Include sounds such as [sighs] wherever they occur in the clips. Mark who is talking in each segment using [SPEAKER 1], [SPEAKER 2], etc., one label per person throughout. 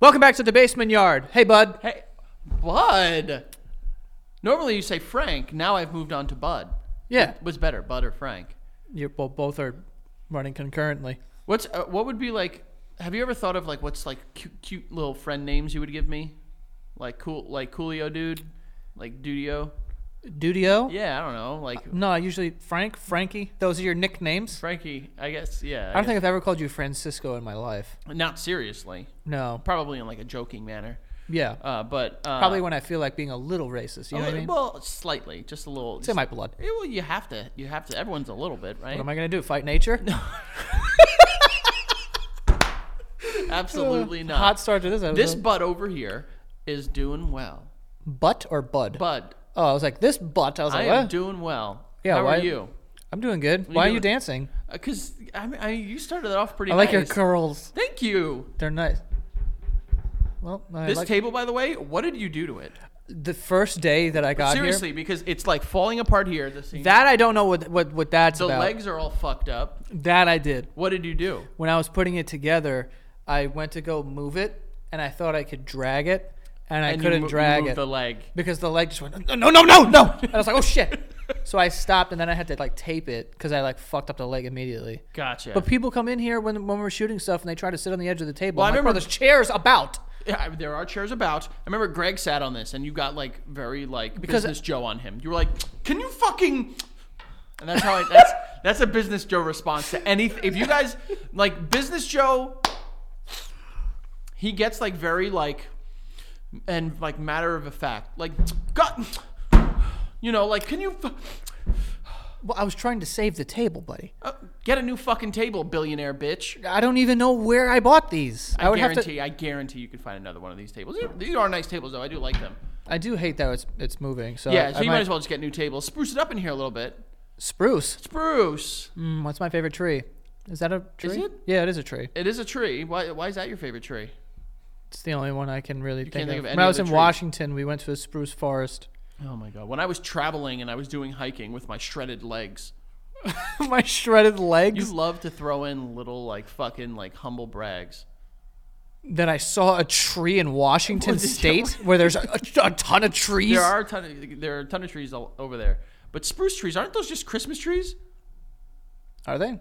[SPEAKER 1] Welcome back to the basement yard. Hey, bud.
[SPEAKER 2] Hey, Bud. Normally you say Frank. Now I've moved on to Bud.
[SPEAKER 1] Yeah,
[SPEAKER 2] What's better, Bud or Frank?
[SPEAKER 1] you well, both are running concurrently.
[SPEAKER 2] What's uh, what would be like? Have you ever thought of like what's like cute, cute little friend names you would give me? Like cool, like Coolio dude, like Dudio.
[SPEAKER 1] Dudio.
[SPEAKER 2] Yeah, I don't know. Like
[SPEAKER 1] No, I usually Frank, Frankie. Those are your nicknames.
[SPEAKER 2] Frankie, I guess. Yeah,
[SPEAKER 1] I don't think I've ever called you Francisco in my life.
[SPEAKER 2] think not seriously.
[SPEAKER 1] No.
[SPEAKER 2] Probably in like a joking manner.
[SPEAKER 1] Yeah.
[SPEAKER 2] Uh, but uh,
[SPEAKER 1] Probably when I feel like being a little racist. You know what I mean?
[SPEAKER 2] well, slightly, just a little.
[SPEAKER 1] It's in my blood.
[SPEAKER 2] Yeah, well, you have to. You have to. Everyone's a little bit, right?
[SPEAKER 1] What am I gonna do? Fight nature?
[SPEAKER 2] Absolutely
[SPEAKER 1] [laughs]
[SPEAKER 2] not.
[SPEAKER 1] Hot start to this episode.
[SPEAKER 2] This bud over here is doing well.
[SPEAKER 1] butt or bud?
[SPEAKER 2] Bud,
[SPEAKER 1] Oh, I was like this butt. I was
[SPEAKER 2] I
[SPEAKER 1] like,
[SPEAKER 2] am
[SPEAKER 1] what?
[SPEAKER 2] doing well.
[SPEAKER 1] Yeah,
[SPEAKER 2] How
[SPEAKER 1] why-
[SPEAKER 2] are you?
[SPEAKER 1] I'm doing good. Why are you
[SPEAKER 2] doing-
[SPEAKER 1] dancing?
[SPEAKER 2] Because I, mean, I you started it off pretty.
[SPEAKER 1] I like your
[SPEAKER 2] nice.
[SPEAKER 1] curls.
[SPEAKER 2] Thank you.
[SPEAKER 1] They're nice. Well, I
[SPEAKER 2] This
[SPEAKER 1] like
[SPEAKER 2] table, by the way, what did you do to it?
[SPEAKER 1] the first day that I got
[SPEAKER 2] Seriously, because it's like falling apart here. The scene.
[SPEAKER 1] here. That I don't know what what what that's
[SPEAKER 2] the
[SPEAKER 1] about.
[SPEAKER 2] legs are all fucked up.
[SPEAKER 1] That I did.
[SPEAKER 2] What did you do?
[SPEAKER 1] when I was putting it together, I went to go move it, and I thought I could drag it, and I
[SPEAKER 2] And you
[SPEAKER 1] couldn't
[SPEAKER 2] mo- you
[SPEAKER 1] drag
[SPEAKER 2] moved
[SPEAKER 1] it
[SPEAKER 2] The leg.
[SPEAKER 1] because the leg just went no, no, no, no, no. And I was like, oh
[SPEAKER 2] [laughs]
[SPEAKER 1] shit. So I stopped, and then I had to like tape it because I like fucked up the leg immediately.
[SPEAKER 2] Gotcha.
[SPEAKER 1] But people come in here when when we're shooting stuff, and they try to sit on the edge of the table.
[SPEAKER 2] Well, I
[SPEAKER 1] I'm like, bro,
[SPEAKER 2] remember-
[SPEAKER 1] there's chairs about.
[SPEAKER 2] Yeah, I- there are chairs about. I remember Greg sat on this, and you got like very like
[SPEAKER 1] Because-
[SPEAKER 2] business Joe on him. You were like, "Can you fucking?" And that's how I, that's that's a business Joe response to anything. If you guys like business Joe, he gets like very like and like matter of a fact, like God, you know, like can you fu-
[SPEAKER 1] Well, I was trying to save the table, buddy.
[SPEAKER 2] uh, get a new fucking table, billionaire bitch?
[SPEAKER 1] I don't even know where I bought these.
[SPEAKER 2] I,
[SPEAKER 1] would
[SPEAKER 2] guarantee,
[SPEAKER 1] have to.
[SPEAKER 2] I guarantee you could find another one of these tables. These- These are nice tables though. I do like them.
[SPEAKER 1] I do hate that it's it's moving. So
[SPEAKER 2] Yeah,
[SPEAKER 1] I,
[SPEAKER 2] so
[SPEAKER 1] I
[SPEAKER 2] you
[SPEAKER 1] might-
[SPEAKER 2] might as well just get new tables. Spruce it up in here a little bit. Mm-hmm.
[SPEAKER 1] spruce.
[SPEAKER 2] Spruce.
[SPEAKER 1] Mm, what's my favorite tree? Is that a tree?
[SPEAKER 2] it?
[SPEAKER 1] Yeah, it is a tree.
[SPEAKER 2] It is a tree. Why, why is that your favorite tree?
[SPEAKER 1] It's the only one I can really think,
[SPEAKER 2] can't think
[SPEAKER 1] of.
[SPEAKER 2] of any
[SPEAKER 1] When I was in
[SPEAKER 2] other tree.
[SPEAKER 1] Washington, we went to a spruce forest. [laughs]
[SPEAKER 2] Oh my god. When I was traveling and I was doing hiking with my shredded legs,
[SPEAKER 1] My shredded
[SPEAKER 2] you
[SPEAKER 1] legs.
[SPEAKER 2] love to throw in little like fucking like humble brags.
[SPEAKER 1] Then I saw a tree in Washington
[SPEAKER 2] [laughs] Was it-
[SPEAKER 1] State where there's a, a, a ton of trees.
[SPEAKER 2] There are a ton of there are a ton of trees all over there. But spruce trees aren't those just Christmas trees?
[SPEAKER 1] Are they?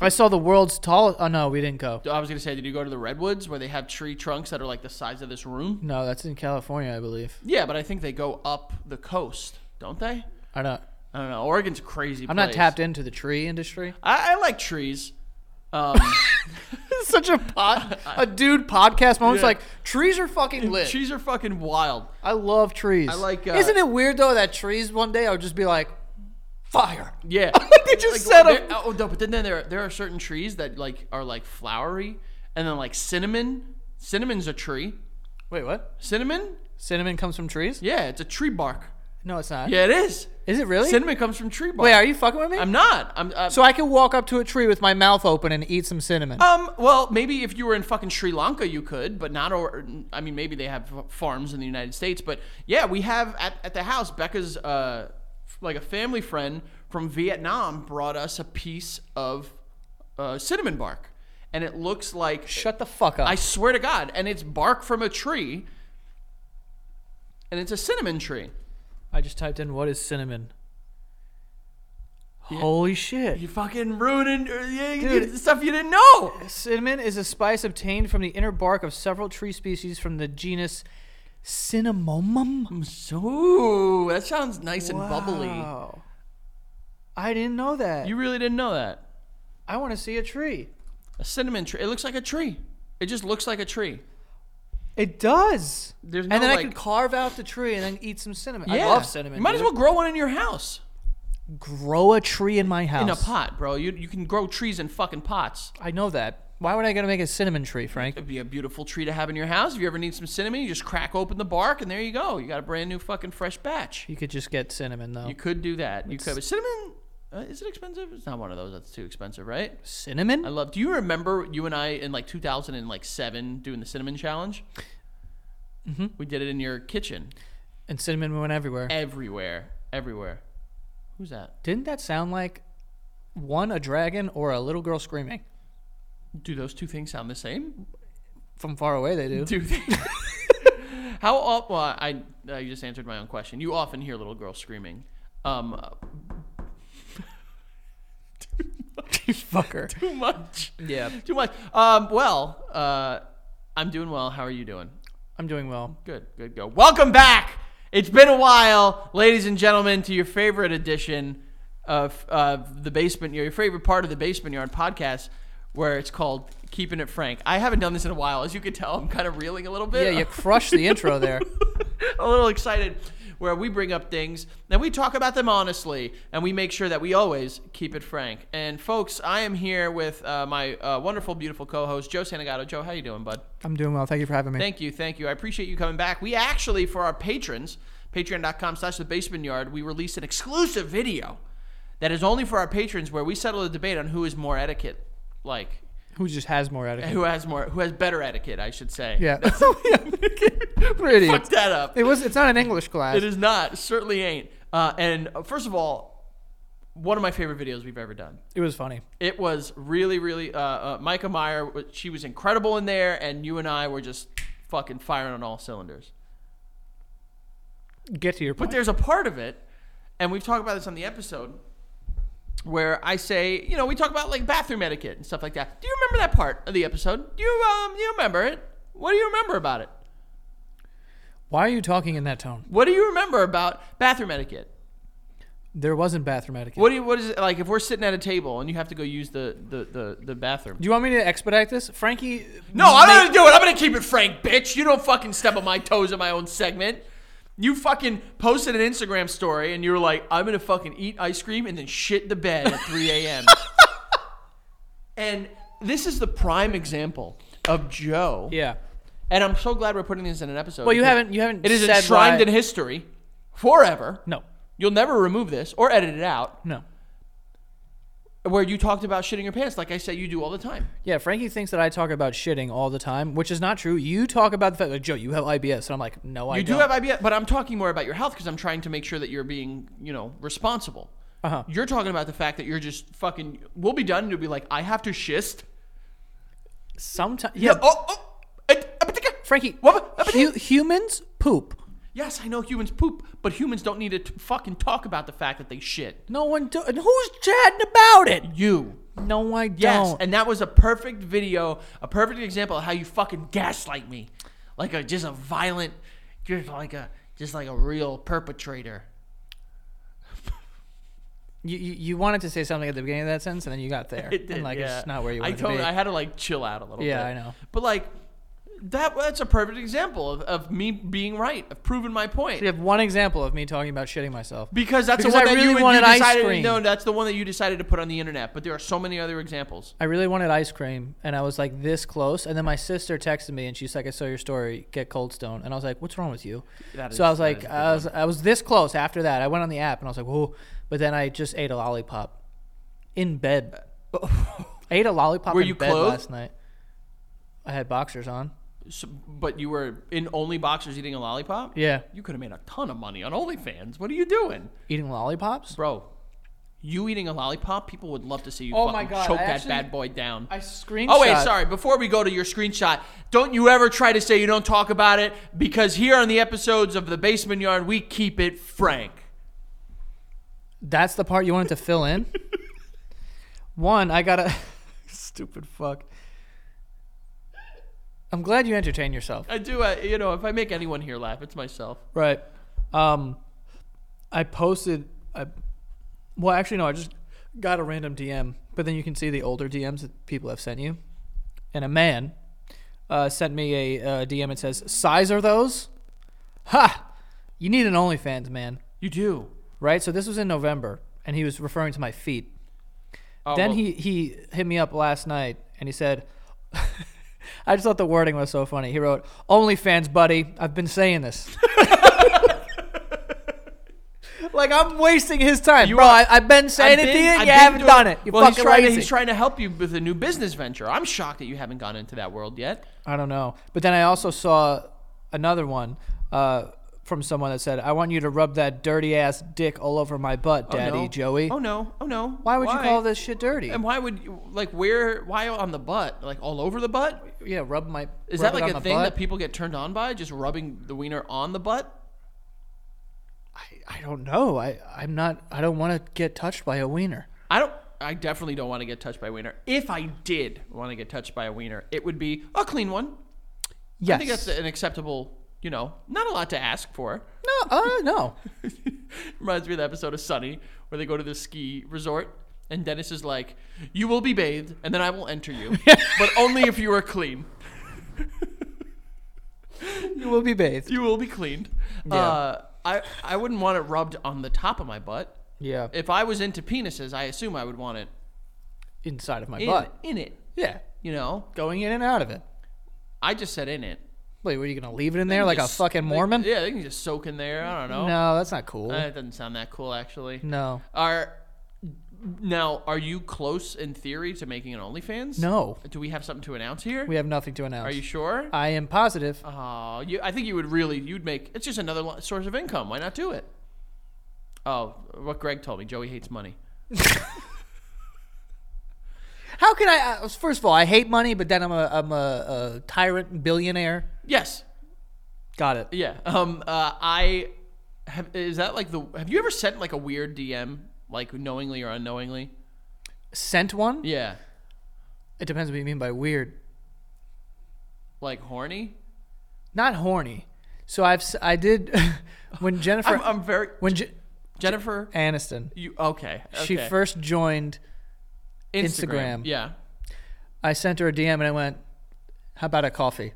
[SPEAKER 1] I saw the world's tallest. Oh no, we didn't go.
[SPEAKER 2] I was gonna say, did you go to the redwoods where they have tree trunks that are like the size of this room?
[SPEAKER 1] No, that's in California, I believe.
[SPEAKER 2] Yeah, but I think they go up the coast, don't they?
[SPEAKER 1] I don't.
[SPEAKER 2] I don't know. Oregon's a crazy.
[SPEAKER 1] I'm not
[SPEAKER 2] place.
[SPEAKER 1] tapped into the tree
[SPEAKER 2] [laughs]
[SPEAKER 1] industry.
[SPEAKER 2] I, I like trees. Um,
[SPEAKER 1] Such a
[SPEAKER 2] [laughs]
[SPEAKER 1] pod, a dude podcast moment's
[SPEAKER 2] Yeah.
[SPEAKER 1] like trees are fucking lit.
[SPEAKER 2] trees are fucking wild.
[SPEAKER 1] I love trees.
[SPEAKER 2] I like, uh,
[SPEAKER 1] Isn't it weird though that trees one day I'll just be like, fire. [laughs]
[SPEAKER 2] Yeah,
[SPEAKER 1] They just set
[SPEAKER 2] there-
[SPEAKER 1] 'em.
[SPEAKER 2] Oh no, but then there there are certain trees that like are like flowery, and then like cinnamon. Cinnamon's a tree.
[SPEAKER 1] Wait, what?
[SPEAKER 2] Cinnamon?
[SPEAKER 1] Cinnamon comes from trees?
[SPEAKER 2] Yeah, it's a tree bark.
[SPEAKER 1] No, it's not.
[SPEAKER 2] Yeah, it is.
[SPEAKER 1] Is it really?
[SPEAKER 2] Cinnamon comes from tree bark.
[SPEAKER 1] Wait, are you fucking with me?
[SPEAKER 2] I'm not. I'm. uh, i
[SPEAKER 1] so I can walk up to a tree with my mouth open and eat some cinnamon.
[SPEAKER 2] um. Well, maybe if you were in fucking Sri Lanka, you could, but not. Or I mean, maybe they have f- farms in the United States, but yeah, we have at at the house. Becca's uh, f- like a family friend from Vietnam brought us a piece of uh, cinnamon bark, and it looks like
[SPEAKER 1] Shut the fuck up.
[SPEAKER 2] I swear to God. And it's bark from a tree. And it's a cinnamon tree.
[SPEAKER 1] I just typed in what is cinnamon. Holy shit.
[SPEAKER 2] You fucking ruining uh, yeah, you
[SPEAKER 1] Dude.
[SPEAKER 2] did stuff you didn't know.
[SPEAKER 1] Cinnamon is a spice obtained from the inner bark of several tree species from the genus Cinnamomum.
[SPEAKER 2] So that sounds nice and bubbly.
[SPEAKER 1] Wow. Oh. I didn't know that.
[SPEAKER 2] You really didn't know that.
[SPEAKER 1] I want to see a tree.
[SPEAKER 2] A cinnamon tree. It looks like a tree. It just looks like a tree.
[SPEAKER 1] It does.
[SPEAKER 2] There's no
[SPEAKER 1] and then I
[SPEAKER 2] like-
[SPEAKER 1] could carve out the tree and then eat some cinnamon.
[SPEAKER 2] Yeah.
[SPEAKER 1] I love cinnamon.
[SPEAKER 2] You might as
[SPEAKER 1] dude.
[SPEAKER 2] well grow one in your house.
[SPEAKER 1] grow a tree in my house.
[SPEAKER 2] In a pot, bro. You you can grow trees in fucking pots.
[SPEAKER 1] I know that. Why would I gotta make a cinnamon tree, Frank?
[SPEAKER 2] It'd be a beautiful tree to have in your house. If you ever need some cinnamon, you just crack open the bark and there you go. You got a brand new fucking fresh batch.
[SPEAKER 1] You could just get cinnamon though.
[SPEAKER 2] You could do that. You could. But cinnamon, uh, is it expensive? It's not one of those. That's too expensive, right?
[SPEAKER 1] cinnamon?
[SPEAKER 2] I love. Do you remember you and I in like 2007 doing the cinnamon challenge? Mm-hmm. We did it in your kitchen,
[SPEAKER 1] and cinnamon went everywhere.
[SPEAKER 2] everywhere, everywhere. Who's that?
[SPEAKER 1] Didn't that sound like one a dragon or a little girl screaming?
[SPEAKER 2] Do those two things sound the same? [laughs]
[SPEAKER 1] From far away, they do.
[SPEAKER 2] Do they? How often? Well, I I just answered my own question. You often hear little girls screaming. Um, [laughs] uh,
[SPEAKER 1] Fucker.
[SPEAKER 2] too much.
[SPEAKER 1] Yeah,
[SPEAKER 2] [laughs] Too much. Um, well, uh, I'm doing well. How are you doing?
[SPEAKER 1] I'm doing well.
[SPEAKER 2] [laughs] Good. Good. Go. Welcome back. It's been a while, ladies and gentlemen, to your favorite edition of of the basement. Your favorite part of the basement yard podcast, where it's called keeping it frank. I haven't done this in a while, as you can tell. I'm kind of reeling a little bit.
[SPEAKER 1] Yeah, you crushed the intro there.
[SPEAKER 2] [laughs] a little excited where we bring up things and we talk about them honestly and we make sure that we always keep it frank and folks i am here with uh, my uh, wonderful beautiful co-host joe santagato joe how you doing bud
[SPEAKER 1] I'm doing well. Thank you for having me.
[SPEAKER 2] thank you thank you i appreciate you coming back we actually for our patrons patreon.com slash the basement yard we released an exclusive video that is only for our patrons where we settle a debate on who is more etiquette like
[SPEAKER 1] Who just has more attitude?
[SPEAKER 2] who has more who has better etiquette i should say [laughs]
[SPEAKER 1] Yeah. We're
[SPEAKER 2] fuck [laughs]
[SPEAKER 1] idiots.
[SPEAKER 2] that up
[SPEAKER 1] It was. It's not an English class.
[SPEAKER 2] It is not. Certainly ain't. Uh, and uh, first of all, one of my favorite videos we've ever done.
[SPEAKER 1] It was funny.
[SPEAKER 2] It was really, really. Uh, uh, Micah Meyer, w- she was incredible in there, and you and I were just fucking firing on all cylinders.
[SPEAKER 1] Get to your
[SPEAKER 2] But
[SPEAKER 1] point.
[SPEAKER 2] there's a part of it, and we've talked about this on the episode, where I say, you know, we talk about like bathroom etiquette and stuff like that. Do you remember that part of the episode? Do you um, do you remember it? What do you remember about it?
[SPEAKER 1] Why are you talking in that tone?
[SPEAKER 2] What do you remember about bathroom etiquette?
[SPEAKER 1] There wasn't bathroom etiquette.
[SPEAKER 2] What do you, what is it like if we're sitting at a table and you have to go use the the the, the bathroom?
[SPEAKER 1] Do you want me to expedite this, Frankie?
[SPEAKER 2] No,
[SPEAKER 1] ma-
[SPEAKER 2] I'm not gonna do it. I'm gonna keep it frank, bitch. You don't fucking step on my toes in my own segment. You fucking posted an Instagram story and you were like, I'm gonna fucking eat ice cream and then shit the bed at [laughs] 3 a.m. and this is the prime example of Joe.
[SPEAKER 1] Yeah.
[SPEAKER 2] And I'm so glad we're putting this in an episode.
[SPEAKER 1] Well, you
[SPEAKER 2] because
[SPEAKER 1] haven't. You haven't.
[SPEAKER 2] It is
[SPEAKER 1] said
[SPEAKER 2] enshrined
[SPEAKER 1] why-
[SPEAKER 2] in history, forever.
[SPEAKER 1] No.
[SPEAKER 2] You'll never remove this or edit it out.
[SPEAKER 1] No.
[SPEAKER 2] where you talked about shitting your pants, like I said, you do all the time.
[SPEAKER 1] Yeah, Frankie thinks that I talk about shitting all the time, which is not true. You talk about the fact, like, Joe, you have IBS, and I'm like, no, I
[SPEAKER 2] you do
[SPEAKER 1] don't.
[SPEAKER 2] have IBS, but I'm talking more about your health because I'm trying to make sure that you're being, you know, responsible.
[SPEAKER 1] Uh-huh.
[SPEAKER 2] You're talking about the fact that you're just fucking. We'll be done. And you'll be like, I have to shist.
[SPEAKER 1] Sometimes, yeah.
[SPEAKER 2] Oh, oh, I- I-
[SPEAKER 1] Frankie,
[SPEAKER 2] What- eh, what-
[SPEAKER 1] hu- humans poop.
[SPEAKER 2] Yes, I know humans poop, but humans don't need to t- fucking talk about the fact that they shit.
[SPEAKER 1] No one do- and who's chatting about it?
[SPEAKER 2] You.
[SPEAKER 1] No, I don't.
[SPEAKER 2] Yes, and that was a perfect video, a perfect example of how you fucking gaslight me, like a just a violent, just like a just like a real perpetrator.
[SPEAKER 1] you, you you wanted to say something at the beginning of that sentence, and then you got
[SPEAKER 2] [laughs]
[SPEAKER 1] there.
[SPEAKER 2] It did,
[SPEAKER 1] And, like,
[SPEAKER 2] yeah.
[SPEAKER 1] it's not where you
[SPEAKER 2] I
[SPEAKER 1] wanted
[SPEAKER 2] told-
[SPEAKER 1] to be.
[SPEAKER 2] I had to like chill out a little
[SPEAKER 1] Yeah,
[SPEAKER 2] bit.
[SPEAKER 1] I know.
[SPEAKER 2] But like that that's a perfect example of, of me being right, of proving my point.
[SPEAKER 1] you have one example of me talking about shitting myself.
[SPEAKER 2] Because that's
[SPEAKER 1] Because
[SPEAKER 2] the one
[SPEAKER 1] I
[SPEAKER 2] that
[SPEAKER 1] really
[SPEAKER 2] you, you
[SPEAKER 1] wanted ice
[SPEAKER 2] decided
[SPEAKER 1] cream.
[SPEAKER 2] no, that's the one that you decided to put on the internet, but there are so many other examples.
[SPEAKER 1] I really wanted ice cream, and I was like this close. And then my sister texted me, and she's like, "I saw your story. Get Cold Stone." And I was like, "What's wrong with you?"
[SPEAKER 2] That
[SPEAKER 1] so I
[SPEAKER 2] is-
[SPEAKER 1] was
[SPEAKER 2] that
[SPEAKER 1] like,
[SPEAKER 2] is a good
[SPEAKER 1] I was, I was this close. After that, I went on the app, and I was like, "Whoa!" But then I just ate a lollipop in
[SPEAKER 2] [laughs]
[SPEAKER 1] bed. I ate a lollipop
[SPEAKER 2] Were
[SPEAKER 1] in
[SPEAKER 2] you
[SPEAKER 1] bed
[SPEAKER 2] clothed?
[SPEAKER 1] last night. I had boxers on.
[SPEAKER 2] So, but you were in only boxers eating a lollipop?
[SPEAKER 1] Yeah,
[SPEAKER 2] You could have made a ton of money on OnlyFans. What are you doing?
[SPEAKER 1] eating lollipops.
[SPEAKER 2] Bro, you eating a lollipop, people would love to see you
[SPEAKER 1] Oh
[SPEAKER 2] fucking
[SPEAKER 1] my God,
[SPEAKER 2] choke
[SPEAKER 1] I
[SPEAKER 2] that
[SPEAKER 1] actually-
[SPEAKER 2] bad boy down.
[SPEAKER 1] I screenshot.
[SPEAKER 2] Oh wait, sorry. Before we go to your screenshot, don't you ever try to say you don't talk about it because here on the episodes of the Basement Yard, we keep it frank.
[SPEAKER 1] That's the part you wanted to fill
[SPEAKER 2] [laughs]
[SPEAKER 1] in. One, I gotta. Stupid fuck. I'm glad you entertain yourself.
[SPEAKER 2] I do. I, you know, if I make anyone here laugh, it's myself.
[SPEAKER 1] Right. Um, I posted. I, well, actually, no. I just got a random DM, but then you can see the older DMs that people have sent you. And a man uh, sent me a uh, DM. that says, "Size are those? Ha! You need an OnlyFans, man.
[SPEAKER 2] You do.
[SPEAKER 1] Right? So this was in November, and he was referring to my feet.
[SPEAKER 2] Oh,
[SPEAKER 1] then
[SPEAKER 2] well,
[SPEAKER 1] he he hit me up last night, and he said." [laughs] I just thought the wording was so funny. He wrote, OnlyFans, buddy. I've been saying this.
[SPEAKER 2] [laughs]
[SPEAKER 1] like, I'm wasting his time.
[SPEAKER 2] You
[SPEAKER 1] Bro,
[SPEAKER 2] are-
[SPEAKER 1] I, I've been saying
[SPEAKER 2] I've
[SPEAKER 1] it to
[SPEAKER 2] been-
[SPEAKER 1] you, and
[SPEAKER 2] I've
[SPEAKER 1] you
[SPEAKER 2] been
[SPEAKER 1] haven't
[SPEAKER 2] doing-
[SPEAKER 1] done it. You
[SPEAKER 2] well, he's
[SPEAKER 1] fucking
[SPEAKER 2] trying, to,
[SPEAKER 1] lazy.
[SPEAKER 2] he's trying to help you with a new business venture. I'm shocked that you haven't gone into that world yet.
[SPEAKER 1] I don't know. But then I also saw another one uh, from someone that said, "I want you to rub that dirty ass dick all over my butt, Daddy
[SPEAKER 2] no.
[SPEAKER 1] Joey."
[SPEAKER 2] Oh no! Oh no!
[SPEAKER 1] Why would you call this shit dirty?
[SPEAKER 2] And why would you, like where? Why on the butt? Like all over the butt?
[SPEAKER 1] yeah, rub my.
[SPEAKER 2] Is
[SPEAKER 1] rub
[SPEAKER 2] that
[SPEAKER 1] it on
[SPEAKER 2] like a
[SPEAKER 1] the
[SPEAKER 2] thing
[SPEAKER 1] butt?
[SPEAKER 2] that people get turned on by? Just rubbing the wiener on the butt?
[SPEAKER 1] I, I don't know. I I'm not. I don't want to get touched by a wiener.
[SPEAKER 2] I don't. I definitely don't want to get touched by a wiener. If I did want to get touched by a wiener, it would be a clean one.
[SPEAKER 1] Yes.
[SPEAKER 2] I think that's an acceptable. You know, not a lot to ask for.
[SPEAKER 1] no. Uh, no.
[SPEAKER 2] Reminds me of the episode of Sunny where they go to the ski resort and Dennis is like, "You will be bathed, and then I will enter you, but only if you are clean.
[SPEAKER 1] you will be bathed.
[SPEAKER 2] You will be cleaned." Uh, I I wouldn't want it rubbed on the top of my butt.
[SPEAKER 1] Yeah.
[SPEAKER 2] If I was into penises, I assume I would want it
[SPEAKER 1] Inside of my
[SPEAKER 2] in,
[SPEAKER 1] butt.
[SPEAKER 2] in it.
[SPEAKER 1] Yeah.
[SPEAKER 2] You know,
[SPEAKER 1] Going in and out of it.
[SPEAKER 2] I just said in it.
[SPEAKER 1] Wait, were you gonna leave it in there like a
[SPEAKER 2] Just-
[SPEAKER 1] fucking
[SPEAKER 2] they-
[SPEAKER 1] Mormon?
[SPEAKER 2] yeah, they can just soak in Uh, there. I don't know.
[SPEAKER 1] No, that's not cool.
[SPEAKER 2] That doesn't sound that cool, actually.
[SPEAKER 1] no.
[SPEAKER 2] Are now are you close in theory to making an OnlyFans?
[SPEAKER 1] No.
[SPEAKER 2] Do we have something to announce here?
[SPEAKER 1] We Uh, have nothing to announce.
[SPEAKER 2] are you sure?
[SPEAKER 1] I am positive.
[SPEAKER 2] Oh, you, I think you would really you'd make it's just another lo- source of income. Why not do it? Oh, what Greg told me, Joey hates money.
[SPEAKER 1] How can I? Uh, first of all, I hate money, but then I'm a I'm a, a tyrant billionaire.
[SPEAKER 2] Yes.
[SPEAKER 1] Got it.
[SPEAKER 2] Yeah. Um. Uh, I have. Is that like the? Have you ever sent like a weird DM, like knowingly or unknowingly?
[SPEAKER 1] Sent one.
[SPEAKER 2] Yeah.
[SPEAKER 1] It depends what you mean by weird.
[SPEAKER 2] Like horny.
[SPEAKER 1] Not horny. So I've s- I did [laughs] when Jennifer
[SPEAKER 2] I'm, I'm very
[SPEAKER 1] when Je-
[SPEAKER 2] Jennifer.
[SPEAKER 1] Aniston
[SPEAKER 2] You okay?
[SPEAKER 1] she
[SPEAKER 2] okay.
[SPEAKER 1] first joined, Instagram.
[SPEAKER 2] Yeah.
[SPEAKER 1] I sent her a DM and I went, "How about a coffee?"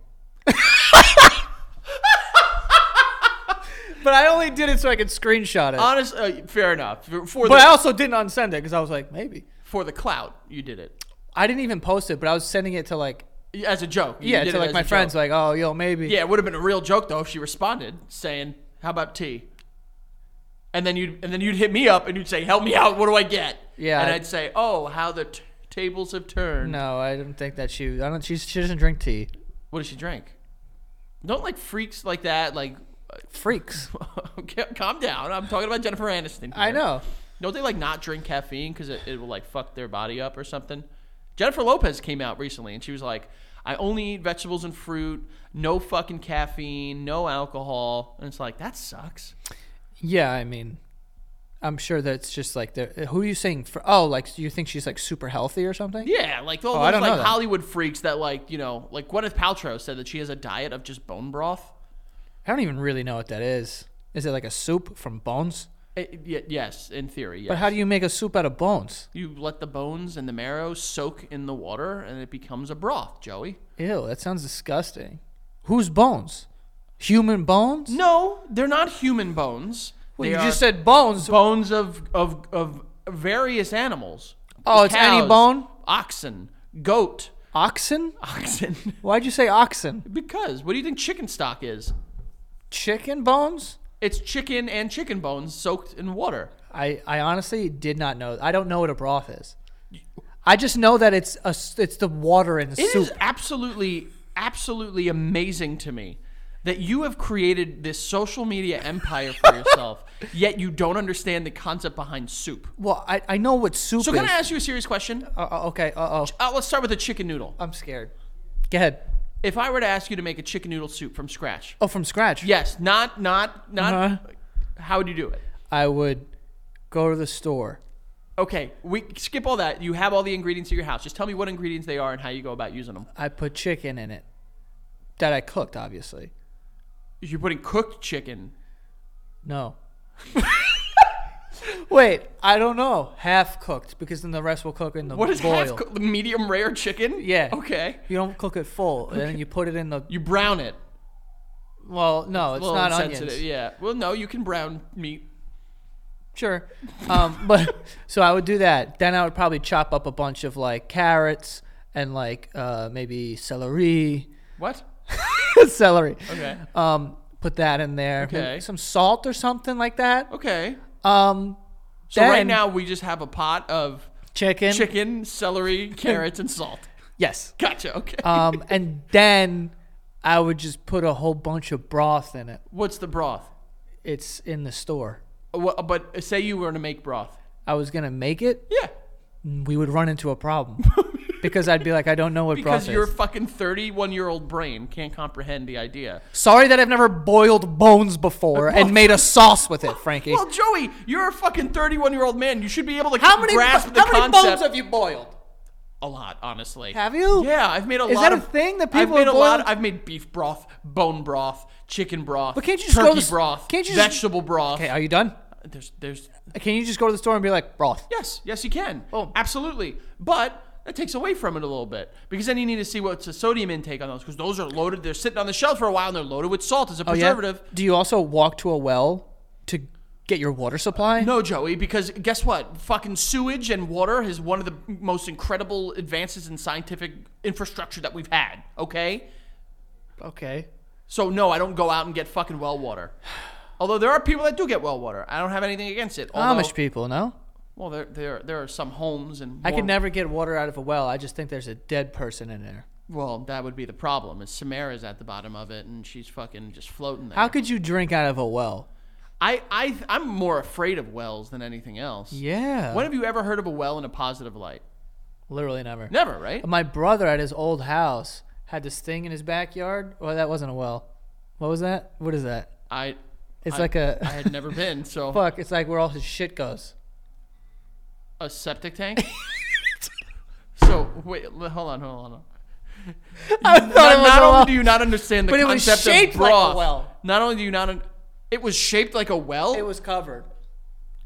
[SPEAKER 1] but I only did it so I could screenshot it.
[SPEAKER 2] Honest. Uh, fair enough. For, for
[SPEAKER 1] but I
[SPEAKER 2] the
[SPEAKER 1] also didn't unsend it because I was like, maybe
[SPEAKER 2] for the clout, you did it
[SPEAKER 1] I didn't even post it, but I was sending it to like
[SPEAKER 2] as a joke. You
[SPEAKER 1] yeah
[SPEAKER 2] did
[SPEAKER 1] to
[SPEAKER 2] it
[SPEAKER 1] like
[SPEAKER 2] as
[SPEAKER 1] my
[SPEAKER 2] a
[SPEAKER 1] friends
[SPEAKER 2] joke.
[SPEAKER 1] like oh yo maybe
[SPEAKER 2] Yeah, it would have been a real joke though if she responded saying, "How about tea?" And then you'd and then you'd hit me up and you'd say, "Help me out. What do I get?"
[SPEAKER 1] Yeah,
[SPEAKER 2] And
[SPEAKER 1] I-
[SPEAKER 2] I'd say, "Oh, how the t- tables have turned."
[SPEAKER 1] No, I don't think that she. I don't. She, she doesn't drink tea.
[SPEAKER 2] What does she drink? Don't like freaks like that. Like, [laughs]
[SPEAKER 1] Freaks.
[SPEAKER 2] okay, calm down. I'm talking about Jennifer Aniston.
[SPEAKER 1] I
[SPEAKER 2] here.
[SPEAKER 1] know.
[SPEAKER 2] Don't they like not drink caffeine because it, it will like fuck their body up or something? Jennifer Lopez came out recently and she was like, I only eat vegetables and fruit, no fucking caffeine, no alcohol. And it's like, that sucks.
[SPEAKER 1] Yeah, I mean, I'm sure that it's just like the who are you saying for? Oh, like you think she's like super healthy or something?
[SPEAKER 2] Yeah, like all
[SPEAKER 1] I
[SPEAKER 2] those
[SPEAKER 1] don't know
[SPEAKER 2] like
[SPEAKER 1] that.
[SPEAKER 2] Hollywood freaks that like, you know, like Gwyneth Paltrow said that she has a diet of just bone broth.
[SPEAKER 1] I don't even really know what that is. Is it like a soup from bones?
[SPEAKER 2] Eh, y- yes, in theory, yes.
[SPEAKER 1] But how do you make a soup out of bones?
[SPEAKER 2] you let the bones and the marrow soak in the water and it becomes a broth, Joey.
[SPEAKER 1] Ew, that sounds disgusting. Whose bones? Human bones?
[SPEAKER 2] No, they're not human bones.
[SPEAKER 1] Well,
[SPEAKER 2] They
[SPEAKER 1] you
[SPEAKER 2] are-
[SPEAKER 1] just said bones.
[SPEAKER 2] bones of of of various animals.
[SPEAKER 1] Oh, it's any bone?
[SPEAKER 2] Oxen, goat,
[SPEAKER 1] Oxen?
[SPEAKER 2] oxen. [laughs]
[SPEAKER 1] Why'd you say oxen?
[SPEAKER 2] because what do you think chicken stock is?
[SPEAKER 1] Chicken bones?
[SPEAKER 2] It's chicken and chicken bones soaked in water.
[SPEAKER 1] I, I honestly did not know. I don't know what a broth is. I just know that it's a s- it's the water in the
[SPEAKER 2] It is
[SPEAKER 1] soup.
[SPEAKER 2] absolutely absolutely amazing to me that you have created this social media empire [laughs] for yourself, yet you don't understand the concept behind soup.
[SPEAKER 1] Well, I, I know what soup
[SPEAKER 2] So
[SPEAKER 1] is.
[SPEAKER 2] can I ask you a serious question?
[SPEAKER 1] Uh, uh, okay. Uh oh.
[SPEAKER 2] Uh, let's start with the chicken noodle.
[SPEAKER 1] I'm scared. Go ahead.
[SPEAKER 2] If I were to ask you to make a chicken noodle soup from scratch,
[SPEAKER 1] Oh, from scratch.
[SPEAKER 2] yes, not not not
[SPEAKER 1] Uh-huh.
[SPEAKER 2] How would you do it?
[SPEAKER 1] I would go to the store.
[SPEAKER 2] Okay, we skip all that. You have all the ingredients at your house. Just tell me what ingredients they are and how you go about using them.
[SPEAKER 1] I put chicken in it that I cooked, obviously.
[SPEAKER 2] You're putting cooked chicken.
[SPEAKER 1] No. [laughs] Wait, I don't know. Half cooked because then the rest will cook in the
[SPEAKER 2] What is
[SPEAKER 1] boil.
[SPEAKER 2] half cooked? Medium rare chicken?
[SPEAKER 1] Yeah.
[SPEAKER 2] Okay.
[SPEAKER 1] You don't cook it full, and then you put it in the.
[SPEAKER 2] You brown it.
[SPEAKER 1] Well, no, it's
[SPEAKER 2] Little
[SPEAKER 1] not
[SPEAKER 2] insensitive,
[SPEAKER 1] onions.
[SPEAKER 2] Yeah. Well, no, you can brown meat.
[SPEAKER 1] Sure, um, [laughs] but so I would do that. Then I would probably chop up a bunch of like carrots and like uh, maybe celery, [laughs]
[SPEAKER 2] What?
[SPEAKER 1] celery. [laughs]
[SPEAKER 2] Okay.
[SPEAKER 1] Um, put that in there. Maybe
[SPEAKER 2] Okay.
[SPEAKER 1] Some salt or something like that.
[SPEAKER 2] Okay.
[SPEAKER 1] Um,
[SPEAKER 2] So right
[SPEAKER 1] Then-
[SPEAKER 2] now we just have a pot of
[SPEAKER 1] chicken.
[SPEAKER 2] chicken,
[SPEAKER 1] [laughs]
[SPEAKER 2] celery, carrots, and salt.
[SPEAKER 1] Yes.
[SPEAKER 2] Gotcha. Okay. [laughs]
[SPEAKER 1] Um, and then I would just put a whole bunch of broth in it.
[SPEAKER 2] What's the broth?
[SPEAKER 1] it's in the store.
[SPEAKER 2] Wha- But say you were to make broth.
[SPEAKER 1] I was gonna make it,
[SPEAKER 2] Yeah.
[SPEAKER 1] we would run into a problem
[SPEAKER 2] [laughs]
[SPEAKER 1] because I'd be like, I don't know what
[SPEAKER 2] Because
[SPEAKER 1] broth
[SPEAKER 2] your
[SPEAKER 1] is.
[SPEAKER 2] fucking 31 year old brain can't comprehend the idea.
[SPEAKER 1] Sorry that I've never boiled bones
[SPEAKER 2] [laughs]
[SPEAKER 1] before and made a sauce with it, Frankie.
[SPEAKER 2] Well, Joey, you're a fucking 31 year old man. You should be able to
[SPEAKER 1] how many
[SPEAKER 2] grasp the
[SPEAKER 1] how many
[SPEAKER 2] concept.
[SPEAKER 1] bones have you boiled?
[SPEAKER 2] a lot, honestly.
[SPEAKER 1] Have you?
[SPEAKER 2] Yeah, I've made a
[SPEAKER 1] Is
[SPEAKER 2] lot.
[SPEAKER 1] that a
[SPEAKER 2] of,
[SPEAKER 1] thing that
[SPEAKER 2] I've
[SPEAKER 1] people
[SPEAKER 2] made
[SPEAKER 1] have
[SPEAKER 2] a lot.
[SPEAKER 1] boiled?
[SPEAKER 2] I've made beef broth, bone broth, chicken broth.
[SPEAKER 1] But can't you just go
[SPEAKER 2] turkey
[SPEAKER 1] to s-
[SPEAKER 2] broth?
[SPEAKER 1] can't you just-
[SPEAKER 2] vegetable broth?
[SPEAKER 1] Okay, are you done?
[SPEAKER 2] There's, there's.
[SPEAKER 1] Can you just go to the store and be like broth?
[SPEAKER 2] Yes, yes, you can.
[SPEAKER 1] Oh.
[SPEAKER 2] absolutely. But that takes away from it a little bit because then you need to see what's the sodium intake on those because those are loaded. They're sitting on the shelf for a while and they're loaded with salt as a
[SPEAKER 1] Oh, yeah?
[SPEAKER 2] preservative.
[SPEAKER 1] Do you also walk to a well to get your water supply?
[SPEAKER 2] No, Joey, because guess what? Fucking sewage and water is one of the most incredible advances in scientific infrastructure that we've had. Okay.
[SPEAKER 1] Okay.
[SPEAKER 2] So no, I don't go out and get fucking well water. [sighs] Although there are people that do get well water. I don't have anything against it. Although,
[SPEAKER 1] Amish people, no?
[SPEAKER 2] Well, there, there there are some homes and
[SPEAKER 1] I could
[SPEAKER 2] more-
[SPEAKER 1] never get water out of a well. I just think there's a dead person in there.
[SPEAKER 2] Well, that would be the problem. Is Samara's at the bottom of it and she's fucking just floating there.
[SPEAKER 1] How could you drink out of a well?
[SPEAKER 2] I I I'm more afraid of wells than anything else.
[SPEAKER 1] Yeah.
[SPEAKER 2] When have you ever heard of a well in a positive light?
[SPEAKER 1] Literally never.
[SPEAKER 2] Never, right?
[SPEAKER 1] My brother at his old house had this thing in his backyard. Well, that wasn't a well. What was that? What is that?
[SPEAKER 2] I
[SPEAKER 1] It's
[SPEAKER 2] I-
[SPEAKER 1] like
[SPEAKER 2] I
[SPEAKER 1] a [laughs]
[SPEAKER 2] had never been, so
[SPEAKER 1] fuck. It's like where all his shit goes.
[SPEAKER 2] a
[SPEAKER 1] [laughs]
[SPEAKER 2] septic tank. so wait, l- hold on, hold on. Hold on.
[SPEAKER 1] I thought
[SPEAKER 2] not,
[SPEAKER 1] it was
[SPEAKER 2] not
[SPEAKER 1] a
[SPEAKER 2] only
[SPEAKER 1] well.
[SPEAKER 2] do you not understand the
[SPEAKER 1] But it was
[SPEAKER 2] concept
[SPEAKER 1] shaped
[SPEAKER 2] of
[SPEAKER 1] like a
[SPEAKER 2] broth,
[SPEAKER 1] well.
[SPEAKER 2] not only do you not, un- it was shaped like a well.
[SPEAKER 1] it was covered.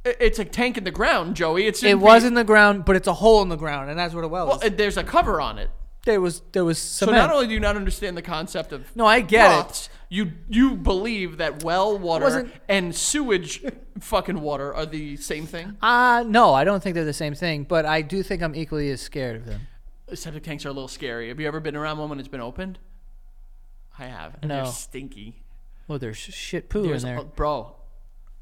[SPEAKER 2] I- it's a tank in the ground, Joey. It,
[SPEAKER 1] It
[SPEAKER 2] shouldn't
[SPEAKER 1] was
[SPEAKER 2] be-
[SPEAKER 1] in the ground, but it's a hole in the ground, and that's what a well
[SPEAKER 2] Well,
[SPEAKER 1] is.
[SPEAKER 2] it- there's a cover on it.
[SPEAKER 1] there was there was
[SPEAKER 2] So
[SPEAKER 1] cement.
[SPEAKER 2] not only do you not understand the concept of
[SPEAKER 1] no, I get it.
[SPEAKER 2] broths, you you believe that well water
[SPEAKER 1] wasn't-
[SPEAKER 2] and sewage fucking water are the same thing.
[SPEAKER 1] Uh, no, I don't think they're the same thing, but I do think I'm equally as scared of them.
[SPEAKER 2] Septic tanks are a little scary. Have you ever been around one when it's been opened? I have, and
[SPEAKER 1] No.
[SPEAKER 2] they're stinky.
[SPEAKER 1] Well, there's sh- shit poo
[SPEAKER 2] There's-
[SPEAKER 1] in there.
[SPEAKER 2] uh, bro.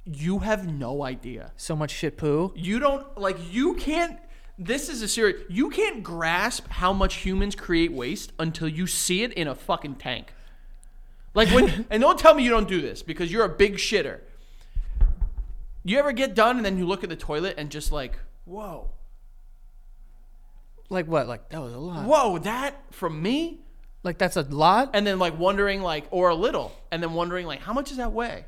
[SPEAKER 2] You have no idea.
[SPEAKER 1] so much shit poo.
[SPEAKER 2] You don't like you can't this is a serious you can't grasp how much humans create waste until you see it in a fucking tank. Like
[SPEAKER 1] [laughs]
[SPEAKER 2] when and don't tell me you don't do this because you're a big shitter. You ever get done and then you look at the toilet and just like, whoa,
[SPEAKER 1] Like what? Like that was a lot.
[SPEAKER 2] whoa, that from me?
[SPEAKER 1] Like that's a lot.
[SPEAKER 2] And then like wondering like or a little and then wondering like how much does that weigh?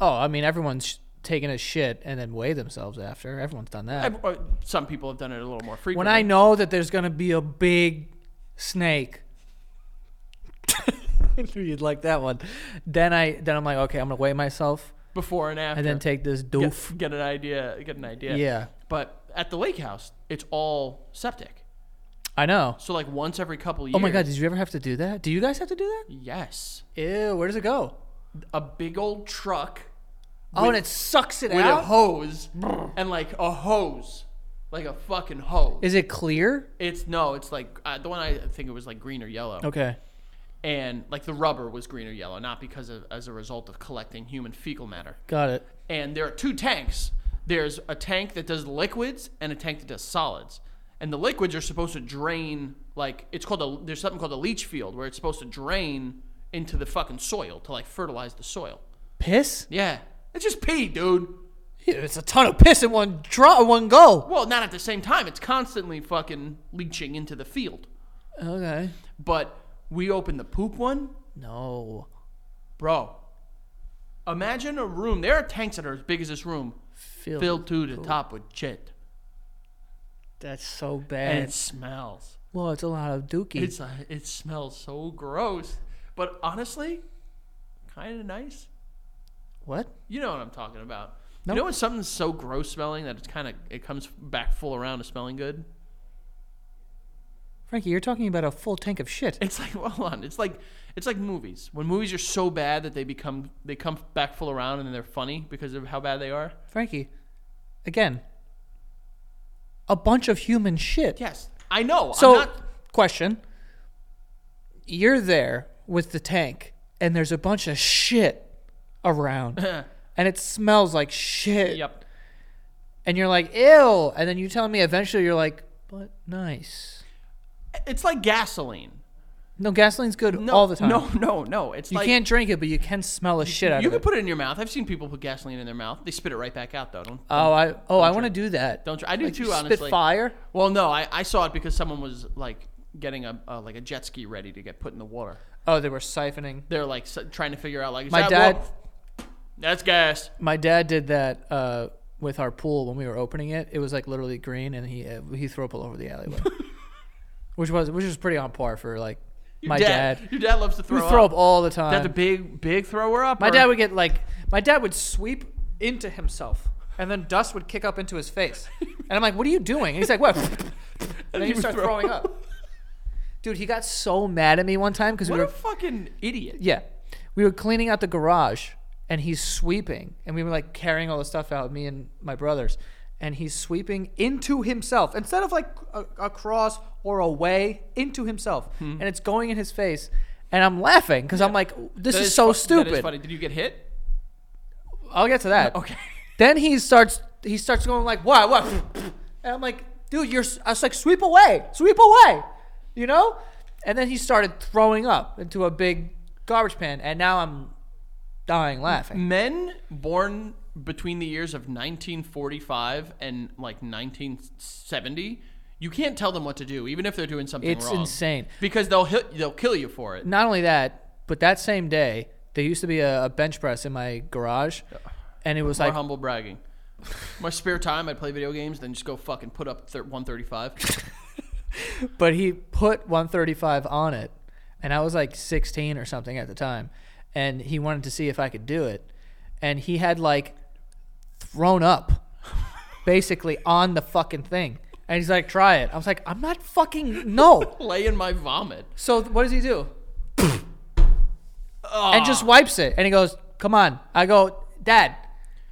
[SPEAKER 1] Oh, I mean, everyone's taking a shit and then weigh themselves after. Everyone's done that.
[SPEAKER 2] I've- or some people have done it a little more frequently.
[SPEAKER 1] when I know that there's gonna be a big snake, [laughs] I knew you'd like that one. Then I then I'm like, okay, I'm gonna weigh myself
[SPEAKER 2] before and after
[SPEAKER 1] and then take this doof.
[SPEAKER 2] get, get an idea get an idea
[SPEAKER 1] Yeah.
[SPEAKER 2] but at the lake house it's all septic
[SPEAKER 1] I know.
[SPEAKER 2] so like once every couple years
[SPEAKER 1] Oh my god, did you ever have to do that? Do you guys have to do that?
[SPEAKER 2] yes
[SPEAKER 1] Ew, where does it go?
[SPEAKER 2] a big old truck
[SPEAKER 1] Oh, and it sucks it
[SPEAKER 2] with a
[SPEAKER 1] out.
[SPEAKER 2] hose and like a hose like a fucking hose
[SPEAKER 1] Is it clear?
[SPEAKER 2] it's no it's like uh, the one i think it was like green or yellow
[SPEAKER 1] Okay.
[SPEAKER 2] and like the rubber was green or yellow not because of as a result of collecting human fecal matter
[SPEAKER 1] Got it.
[SPEAKER 2] and there are two tanks. There's a tank that does liquids and a tank that does solids. And the liquids are supposed to drain like it's called a there's something called a leach field where it's supposed to drain into the fucking soil to like fertilize the soil.
[SPEAKER 1] Piss?
[SPEAKER 2] Yeah. It's just pee, dude.
[SPEAKER 1] Yeah, It's a ton of piss in one draw, one go.
[SPEAKER 2] Well, not at the same time. It's constantly fucking leaching into the field.
[SPEAKER 1] Okay.
[SPEAKER 2] But we opened the poop one,
[SPEAKER 1] No.
[SPEAKER 2] bro. Imagine a room. There are tanks that are as big as this room,
[SPEAKER 1] Filled.
[SPEAKER 2] filled to the top with shit,
[SPEAKER 1] That's so
[SPEAKER 2] and
[SPEAKER 1] bad.
[SPEAKER 2] it smells.
[SPEAKER 1] well, it's a lot of dookie.
[SPEAKER 2] It's a, it smells so gross, but honestly, kind of nice.
[SPEAKER 1] what?
[SPEAKER 2] You know what I'm talking about.
[SPEAKER 1] Nope.
[SPEAKER 2] You know when something's so gross smelling that it's kind of it comes back full around to smelling good. [laughs]
[SPEAKER 1] Frankie, you're talking about a full tank of shit.
[SPEAKER 2] It's like well, hold on, it's like it's like movies. When movies are so bad that they become they come back full around and they're funny because of how bad they are.
[SPEAKER 1] Frankie, again, a bunch of human shit.
[SPEAKER 2] Yes, I know.
[SPEAKER 1] So,
[SPEAKER 2] I'm not,
[SPEAKER 1] question. You're there with the tank, and there's a bunch of shit
[SPEAKER 2] [laughs]
[SPEAKER 1] around, and it smells like shit.
[SPEAKER 2] eh, yep.
[SPEAKER 1] And you're like, ew. And then you tell me eventually you're like, but nice.
[SPEAKER 2] It's like gasoline.
[SPEAKER 1] No, gasoline's good
[SPEAKER 2] No,
[SPEAKER 1] all the time.
[SPEAKER 2] No, no, no. It's
[SPEAKER 1] you
[SPEAKER 2] like
[SPEAKER 1] can't drink it, but you can smell the shit out
[SPEAKER 2] you
[SPEAKER 1] of
[SPEAKER 2] can
[SPEAKER 1] it.
[SPEAKER 2] put it in your mouth. I've seen people put gasoline in their mouth. They spit it right back out though. Don't
[SPEAKER 1] Oh, I oh I want to do that.
[SPEAKER 2] don't try. I do
[SPEAKER 1] Like, you
[SPEAKER 2] too.
[SPEAKER 1] spit
[SPEAKER 2] honestly,
[SPEAKER 1] fire.
[SPEAKER 2] Well, no, I, I saw it because someone was like getting a uh, like a jet ski ready to get put in the water.
[SPEAKER 1] Oh, they were siphoning.
[SPEAKER 2] They're like s trying to figure out like is
[SPEAKER 1] My
[SPEAKER 2] that
[SPEAKER 1] dad-
[SPEAKER 2] wa- that's gas.
[SPEAKER 1] My dad did that uh, with our pool when we were opening it. It was like literally green, and he uh, he threw up all over the [laughs] alleyway, which was which was pretty on par for like my dad.
[SPEAKER 2] Your dad loves to
[SPEAKER 1] We
[SPEAKER 2] throw,
[SPEAKER 1] throw
[SPEAKER 2] up.
[SPEAKER 1] up all the
[SPEAKER 2] Is that
[SPEAKER 1] time.
[SPEAKER 2] the big big thrower up?
[SPEAKER 1] my
[SPEAKER 2] or-
[SPEAKER 1] dad
[SPEAKER 2] [laughs]
[SPEAKER 1] would get like my dad would sweep into himself, and then dust would kick up into his
[SPEAKER 2] [laughs]
[SPEAKER 1] face, and I'm like, "What are you doing?" And he's like, "What?" and then
[SPEAKER 2] he
[SPEAKER 1] you
[SPEAKER 2] would
[SPEAKER 1] start
[SPEAKER 2] throw
[SPEAKER 1] throwing up. Dude, he got so mad at me one time because we
[SPEAKER 2] What
[SPEAKER 1] were
[SPEAKER 2] a fucking idiot!
[SPEAKER 1] Yeah. We were cleaning out the garage and he's sweeping and we were like carrying all the stuff out, me and my brothers. And he's sweeping into himself instead of like a- across or away into himself.
[SPEAKER 2] Hmm.
[SPEAKER 1] And it's going in his face. And I'm laughing because I'm like, this
[SPEAKER 2] That
[SPEAKER 1] is so
[SPEAKER 2] fu- That is
[SPEAKER 1] stupid.
[SPEAKER 2] funny. Did you get hit?
[SPEAKER 1] I'll get to that.
[SPEAKER 2] Okay.
[SPEAKER 1] Then he starts he starts going like, what, what? And I'm like, dude, you're. s-" I was like, sweep away, sweep away, you know. And then he started throwing up into a big garbage pan, and now I'm dying
[SPEAKER 2] Mm-hmm.
[SPEAKER 1] laughing.
[SPEAKER 2] Men born between the years of 1945 and like 1970, you can't tell them what to do, even if they're doing something
[SPEAKER 1] It's
[SPEAKER 2] wrong.
[SPEAKER 1] insane.
[SPEAKER 2] because they'll hit, they'll kill you for it.
[SPEAKER 1] Not only that, but that same day there used to be a, a bench press in my garage, and it was
[SPEAKER 2] More
[SPEAKER 1] like
[SPEAKER 2] humble bragging. My spare time, I'd play video games, then just go fucking put up thir- 135.
[SPEAKER 1] but he put 135 on it and i was like 16 or something at the time and he wanted to see if i could do it and he had like thrown
[SPEAKER 2] [laughs]
[SPEAKER 1] up basically on the fucking thing and he's like try it i was like i'm not fucking no
[SPEAKER 2] [laughs] Lay in my vomit.
[SPEAKER 1] so th- what does he do and
[SPEAKER 2] Ah.
[SPEAKER 1] just wipes it and he goes come on i go dad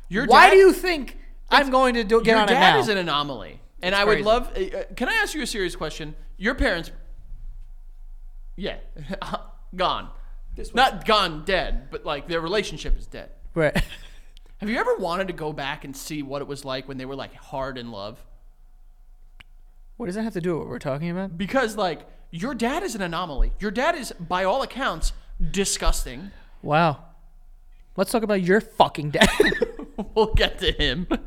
[SPEAKER 2] Your
[SPEAKER 1] why
[SPEAKER 2] dad-
[SPEAKER 1] do you think i'm going to do, get
[SPEAKER 2] Your
[SPEAKER 1] on
[SPEAKER 2] dad
[SPEAKER 1] it now
[SPEAKER 2] is an anomaly, and I
[SPEAKER 1] crazy.
[SPEAKER 2] would love. uh, Uh, can I ask you a serious question? Your parents, yeah, [laughs] gone, not gone, dead, but like their relationship is dead.
[SPEAKER 1] [laughs] Right.
[SPEAKER 2] Have you ever wanted to go back and see what it was like when they were like hard in love?
[SPEAKER 1] what does that have to do with what we're talking about
[SPEAKER 2] Because like your dad is an anomaly. Your dad is, by all accounts, disgusting.
[SPEAKER 1] wow let's talk about your fucking dad
[SPEAKER 2] [laughs] we'll get to him. [laughs]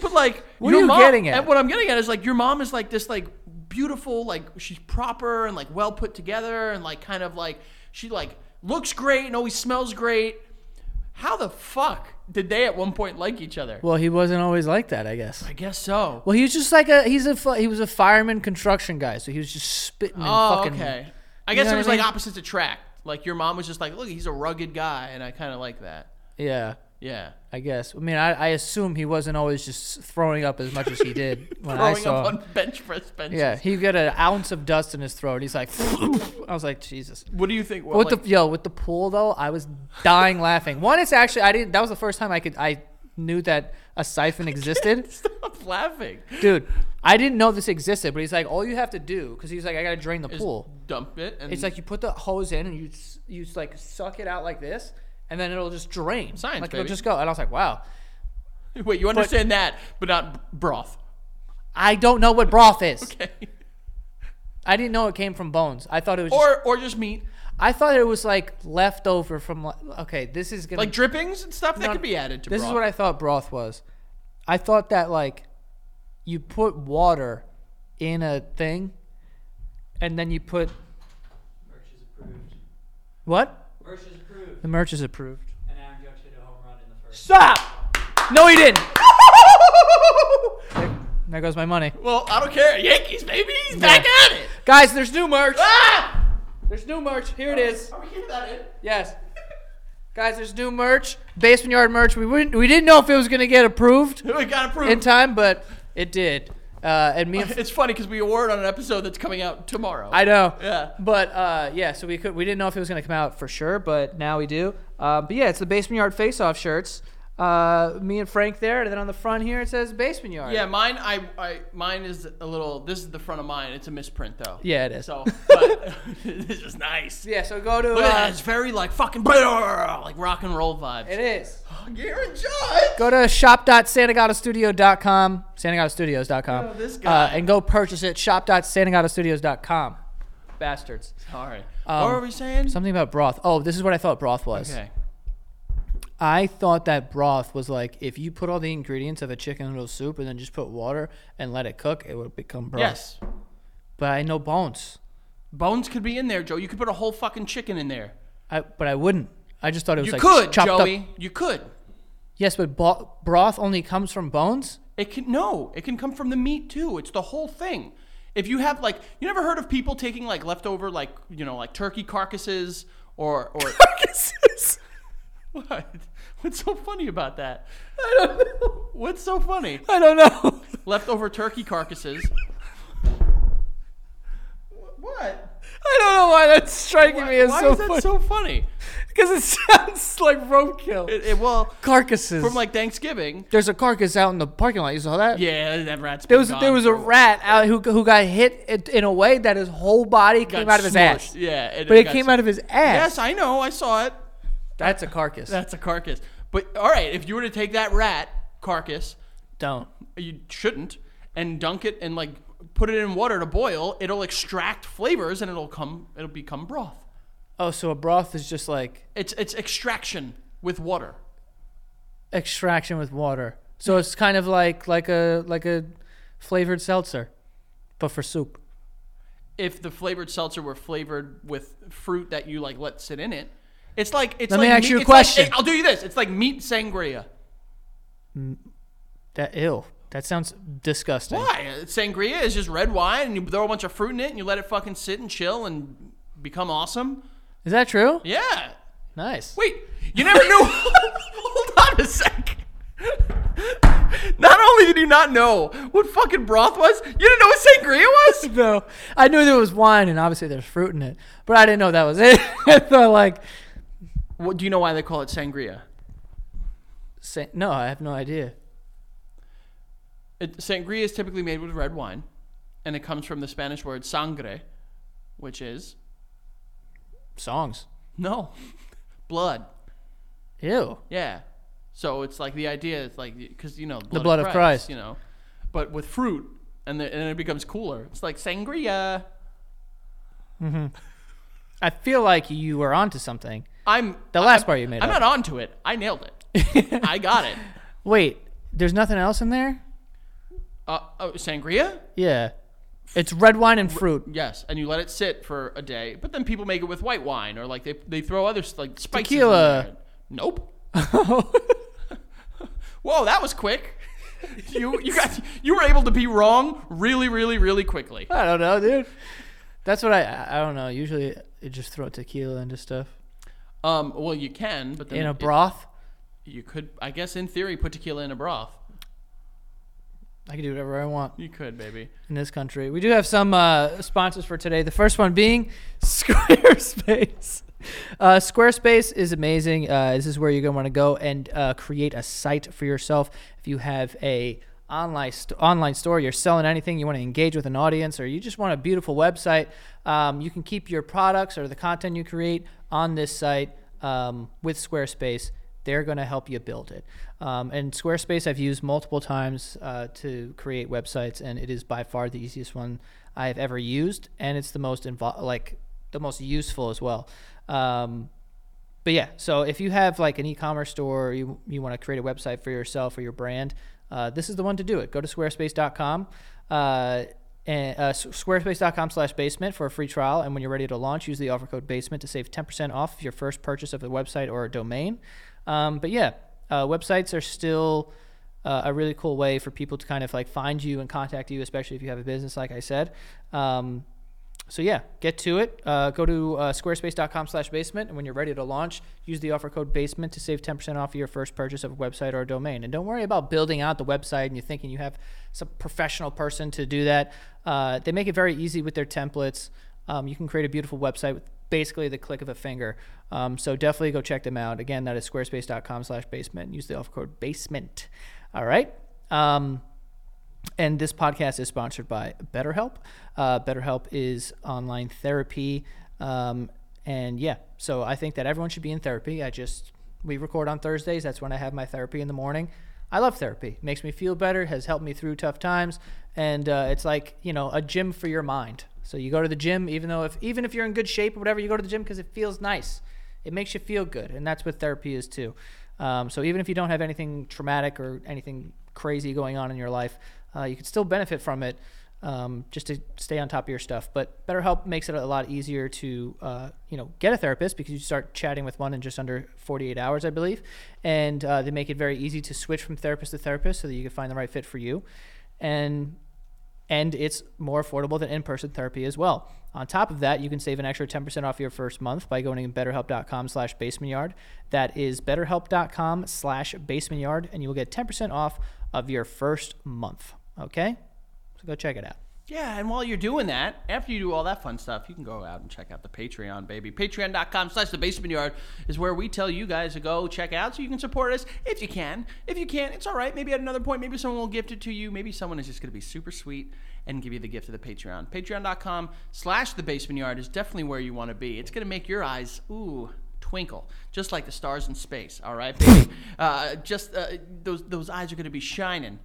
[SPEAKER 2] but like,
[SPEAKER 1] What
[SPEAKER 2] your
[SPEAKER 1] are you
[SPEAKER 2] mom-
[SPEAKER 1] getting at?
[SPEAKER 2] And what I'm getting at is like your mom is like this like beautiful, like she's proper and like well put together and like kind of like she like looks great and always smells great. How the fuck did they at one point like each other?
[SPEAKER 1] Well, he wasn't always like that, I guess.
[SPEAKER 2] I guess so.
[SPEAKER 1] Well, he was just like a he's a fu- he was a fireman construction guy, so he was just spitting and
[SPEAKER 2] oh,
[SPEAKER 1] fucking.
[SPEAKER 2] okay. I
[SPEAKER 1] You
[SPEAKER 2] guess
[SPEAKER 1] know
[SPEAKER 2] it
[SPEAKER 1] what
[SPEAKER 2] was
[SPEAKER 1] I
[SPEAKER 2] like
[SPEAKER 1] mean?
[SPEAKER 2] opposites attract. Like your mom was just like, look, he's a rugged guy, and I kind of like that.
[SPEAKER 1] Yeah,
[SPEAKER 2] Yeah.
[SPEAKER 1] I guess. I mean, I, I assume he wasn't always just throwing up as much as he did
[SPEAKER 2] [laughs]
[SPEAKER 1] when I
[SPEAKER 2] Throwing
[SPEAKER 1] saw.
[SPEAKER 2] up
[SPEAKER 1] him.
[SPEAKER 2] on bench press benches.
[SPEAKER 1] yeah, he got an ounce of dust in his throat. He's like, [laughs] I was like, Jesus.
[SPEAKER 2] What do you think? What,
[SPEAKER 1] With
[SPEAKER 2] like, [laughs]
[SPEAKER 1] the yo, with the pool though, I was dying laughing. One, it's actually I didn't. That was the first time I could I knew that a siphon
[SPEAKER 2] [laughs]
[SPEAKER 1] existed.
[SPEAKER 2] Stop laughing.
[SPEAKER 1] Dude, I didn't know this existed, but he's like, all you have to do, because he's like, I gotta drain the
[SPEAKER 2] Just
[SPEAKER 1] pool.
[SPEAKER 2] Dump it. And
[SPEAKER 1] It's like you put the hose in and you s- you s- like suck it out like this, and then it'll just drain.
[SPEAKER 2] Science,
[SPEAKER 1] like
[SPEAKER 2] baby.
[SPEAKER 1] it'll just go. And I was like, wow,
[SPEAKER 2] [laughs] Wait, you understand that, but not b- broth. [laughs]
[SPEAKER 1] I don't know what broth is.
[SPEAKER 2] Okay.
[SPEAKER 1] I didn't know it came from bones. I thought it was. just,
[SPEAKER 2] Or or just meat,
[SPEAKER 1] I thought it was like leftover from. like- Okay, this is gonna.
[SPEAKER 2] like drippings and stuff that
[SPEAKER 1] No,
[SPEAKER 2] could be added to
[SPEAKER 1] this
[SPEAKER 2] broth.
[SPEAKER 1] is what I thought broth was. I thought that like, you put water in a thing, and then you put
[SPEAKER 3] Merch is approved.
[SPEAKER 1] what?
[SPEAKER 3] Merch is approved.
[SPEAKER 1] The merch is approved.
[SPEAKER 3] And Aaron Judge hit a home run in the first.
[SPEAKER 1] Stop! No, he
[SPEAKER 2] [laughs]
[SPEAKER 1] didn't. There goes my money.
[SPEAKER 2] well, I don't care. Yankees, baby, he's back at it.
[SPEAKER 1] Guys, there's new merch.
[SPEAKER 2] Ah! [laughs]
[SPEAKER 1] There's new merch. Here it is.
[SPEAKER 2] Are we hearing that? In?
[SPEAKER 1] Yes. Guys, there's new merch. Basement yard merch. We wouldn't, we didn't know if it was gonna get approved
[SPEAKER 2] We got approved.
[SPEAKER 1] in time, but it did. Uh, and me and
[SPEAKER 2] [laughs] it's funny because we award on an episode that's coming out tomorrow.
[SPEAKER 1] I know.
[SPEAKER 2] Yeah.
[SPEAKER 1] But uh, yeah, so we could we didn't know if it was gonna come out for sure, but now we do. Uh, but yeah, it's the basement yard face off shirts. Uh, me and Frank there, and then on the front here it says basement yard.
[SPEAKER 2] yeah, mine. I, I mine is a little. This is the front of mine. It's a misprint though.
[SPEAKER 1] Yeah, it is. [laughs]
[SPEAKER 2] So, but [laughs] this is nice.
[SPEAKER 1] Yeah. So go to.
[SPEAKER 2] Look at that.
[SPEAKER 1] Uh,
[SPEAKER 2] It's very like fucking [laughs] like rock and roll vibes.
[SPEAKER 1] it is.
[SPEAKER 2] Aaron Judge.
[SPEAKER 1] Go to shop.santagattastudio.com, santagattastudios.com,
[SPEAKER 2] Oh, this
[SPEAKER 1] uh,
[SPEAKER 2] guy.
[SPEAKER 1] and go purchase it. Shop.santagattastudios.com. bastards.
[SPEAKER 2] Sorry.
[SPEAKER 1] Um,
[SPEAKER 2] what were we saying?
[SPEAKER 1] Something about broth. Oh, this is what I thought broth was.
[SPEAKER 2] Okay.
[SPEAKER 1] I thought that broth was like if you put all the ingredients of a chicken noodle soup and then just put water and let it cook, it would become broth.
[SPEAKER 2] Yes.
[SPEAKER 1] But I know bones.
[SPEAKER 2] Bones could be in there, Joe. You could put a whole fucking chicken in there.
[SPEAKER 1] I, but I wouldn't. I just thought it was
[SPEAKER 2] You
[SPEAKER 1] like
[SPEAKER 2] could,
[SPEAKER 1] chopped
[SPEAKER 2] Joey.
[SPEAKER 1] up.
[SPEAKER 2] You could.
[SPEAKER 1] Yes, but bo- broth only comes from [laughs] bones.
[SPEAKER 2] It can no. It can come from the meat too. It's the whole thing. If you have like, you never heard of people taking like leftover like you know like turkey carcasses
[SPEAKER 1] [laughs]
[SPEAKER 2] or or what? What's so funny about that? I don't know. What's so funny?
[SPEAKER 1] I don't know.
[SPEAKER 2] Leftover turkey carcasses. Wh- what?
[SPEAKER 1] I don't know why that's striking me
[SPEAKER 2] Why,
[SPEAKER 1] as
[SPEAKER 2] why
[SPEAKER 1] so
[SPEAKER 2] is that
[SPEAKER 1] funny
[SPEAKER 2] so funny?
[SPEAKER 1] because it sounds like roadkill.
[SPEAKER 2] It, it- well,
[SPEAKER 1] Carcasses.
[SPEAKER 2] from like Thanksgiving.
[SPEAKER 1] There's a carcass out in the parking lot. You saw that?
[SPEAKER 2] Yeah, that rat's
[SPEAKER 1] There was there was a rat out who who got hit it- in a way that his whole body came out of his ass.
[SPEAKER 2] Yeah,
[SPEAKER 1] But it
[SPEAKER 2] got
[SPEAKER 1] came
[SPEAKER 2] smushed.
[SPEAKER 1] out of his ass.
[SPEAKER 2] Yes, I know. I saw it.
[SPEAKER 1] That's a carcass.
[SPEAKER 2] That's a carcass. But all right, if you were to take that rat carcass,
[SPEAKER 1] Don't.
[SPEAKER 2] you shouldn't, and dunk it and like put it in water to boil, it'll extract flavors and it'll come it'll become broth.
[SPEAKER 1] Oh, so a broth is just like
[SPEAKER 2] It's it's extraction with water.
[SPEAKER 1] extraction with water. So it's kind of like like a like a flavored seltzer, but for soup.
[SPEAKER 2] If the flavored seltzer were flavored with fruit that you like let sit in it, it's like it's
[SPEAKER 1] Let me
[SPEAKER 2] like
[SPEAKER 1] ask
[SPEAKER 2] meat-
[SPEAKER 1] you a
[SPEAKER 2] it's like-
[SPEAKER 1] question.
[SPEAKER 2] I'll do you this. It's like meat sangria.
[SPEAKER 1] That ill. That sounds disgusting.
[SPEAKER 2] Why? Sangria is just red wine, and you throw a bunch of fruit in it, and you let it fucking sit and chill and become awesome.
[SPEAKER 1] Is that true?
[SPEAKER 2] Yeah.
[SPEAKER 1] Nice.
[SPEAKER 2] Wait, you never knew. [laughs] Hold on a sec. Not only did you not know what fucking broth was, you didn't know what sangria was.
[SPEAKER 1] No, I knew there was wine and obviously there's fruit in it, but I didn't know that was [laughs] it. I thought like,
[SPEAKER 2] What, do you know why they call it sangria?
[SPEAKER 1] say, no, I have no idea.
[SPEAKER 2] It, sangria is typically made with red wine, and it comes from the Spanish word sangre, which is
[SPEAKER 1] Songs.
[SPEAKER 2] no [laughs] blood.
[SPEAKER 1] Ew.
[SPEAKER 2] Yeah. So it's like the idea is like because you know blood
[SPEAKER 1] blood of Christ.
[SPEAKER 2] you know, but with fruit and, the, and it becomes cooler. It's like sangria.
[SPEAKER 1] I feel like you were onto something.
[SPEAKER 2] I'm
[SPEAKER 1] The last part you made
[SPEAKER 2] I'm
[SPEAKER 1] up.
[SPEAKER 2] not onto it. I nailed
[SPEAKER 1] [laughs]
[SPEAKER 2] it. I got it.
[SPEAKER 1] Wait, there's nothing else in there?
[SPEAKER 2] Uh, oh, sangria?
[SPEAKER 1] Yeah. It's red wine and fruit. [laughs]
[SPEAKER 2] Yes, and you let it sit for a day. But then people make it with white wine or like they they throw other s- like spices. in
[SPEAKER 1] Tequila.
[SPEAKER 2] there. Nope. Whoa, that was quick. [laughs] you you got you were able to be wrong really really really quickly.
[SPEAKER 1] I don't know, dude. That's what I I I don't know. Usually I just throw tequila into stuff.
[SPEAKER 2] Um, well you can, but then
[SPEAKER 1] In a
[SPEAKER 2] it-
[SPEAKER 1] broth.
[SPEAKER 2] you could I guess in theory put tequila in a broth.
[SPEAKER 1] I can do whatever I want
[SPEAKER 2] You could, baby.
[SPEAKER 1] in this country. We do have some uh, sponsors for today. The first one being [laughs] Squarespace. Uh, Squarespace is amazing. Uh, this is where you're going to want to go and uh, create a site for yourself. If you have a online st- online store, you're selling anything, you want to engage with an audience, or you just want a beautiful website, um, you can keep your products or the content you create on this site um, with Squarespace they're going to help you build it. Um, and Squarespace, I've used multiple times uh, to create websites, and it is by far the easiest one I have ever used, and it's the most invo- like the most useful as well. Um, but yeah, so if you have like an e-commerce store, or you you want to create a website for yourself or your brand, uh, this is the one to do it. Go to squarespace.com. Uh, and, uh, s- squarespace.com slash basement for a free trial and when you're ready to launch use the offer code basement to save 10% off your first purchase of a website or a domain um, but yeah uh, websites are still uh, a really cool way for people to kind of like find you and contact you especially if you have a business like i said um, so yeah, get to it. Uh, go to uh, squarespace.com/basement, and when you're ready to launch, use the offer code basement to save 10% off your first purchase of a website or a domain. And don't worry about building out the website and you're thinking you have some professional person to do that. Uh, they make it very easy with their templates. Um, you can create a beautiful website with basically the click of a finger. Um, so definitely go check them out. Again, that is squarespace.com/basement. Use the offer code basement. All right. Um, and this podcast is sponsored by BetterHelp. Uh, BetterHelp is online therapy. Um, and yeah, so I think that everyone should be in therapy. I just, we record on Thursdays. That's when I have my therapy in the morning. I love therapy. It makes me feel better, has helped me through tough times. And uh, it's like, you know, a gym for your mind. So you go to the gym, even though if even if you're in good shape or whatever, you go to the gym because it feels nice. It makes you feel good, and that's what therapy is too. Um, so even if you don't have anything traumatic or anything crazy going on in your life, uh, you can still benefit from it um, just to stay on top of your stuff. But BetterHelp makes it a lot easier to, uh, you know, get a therapist because you start chatting with one in just under 48 hours, I believe. And uh, they make it very easy to switch from therapist to therapist so that you can find the right fit for you. And and it's more affordable than in-person therapy as well. On top of that, you can save an extra 10% off your first month by going to betterhelp.com slash basementyard. That is betterhelp.com slash basementyard, and you will get 10% off of your first month. Okay? So go check it out.
[SPEAKER 2] Yeah, and while you're doing that, after you do all that fun stuff, you can go out and check out the Patreon, baby. Patreon.com slash the basement yard is where we tell you guys to go check out so you can support us if you can. If you can't, it's all right. Maybe at another point, maybe someone will gift it to you. Maybe someone is just going to be super sweet and give you the gift of the Patreon. Patreon.com slash the basement yard is definitely where you want to be. It's going to make your eyes, ooh, twinkle, just like the stars in space, all right, baby? uh, just uh, those, those eyes are going to be shining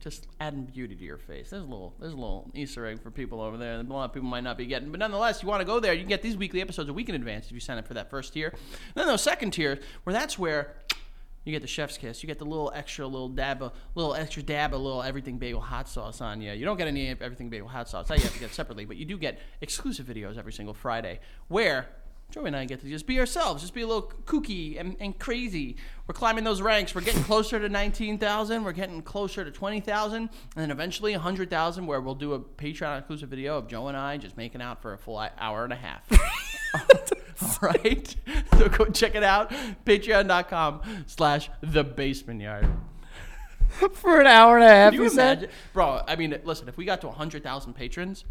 [SPEAKER 2] just adding beauty to your face. There's a little, there's a little Easter egg for people over there. that A lot of people might not be getting, but nonetheless, you want to go there. You can get these weekly episodes a week in advance if you sign up for that first tier. then the second tier, where that's where you get the chef's kiss. You get the little extra, little dab, a little extra dab, a little everything bagel hot sauce on you. You don't get any everything bagel hot sauce. That you have to get separately, but you do get exclusive videos every single Friday where Joey and I get to just be ourselves, just be a little kooky and, and crazy. We're climbing those ranks. We're getting closer to 19,000. We're getting closer to 20,000. And then eventually 100,000, where we'll do a Patreon exclusive video of Joe and I just making out for a full hour and a half. [laughs] All right? So go check it out. Patreon.com slash The Basement Yard.
[SPEAKER 1] [laughs] For an hour and a half,
[SPEAKER 2] Can you imagine? Bro, I mean, listen, if we got to 100,000 patrons,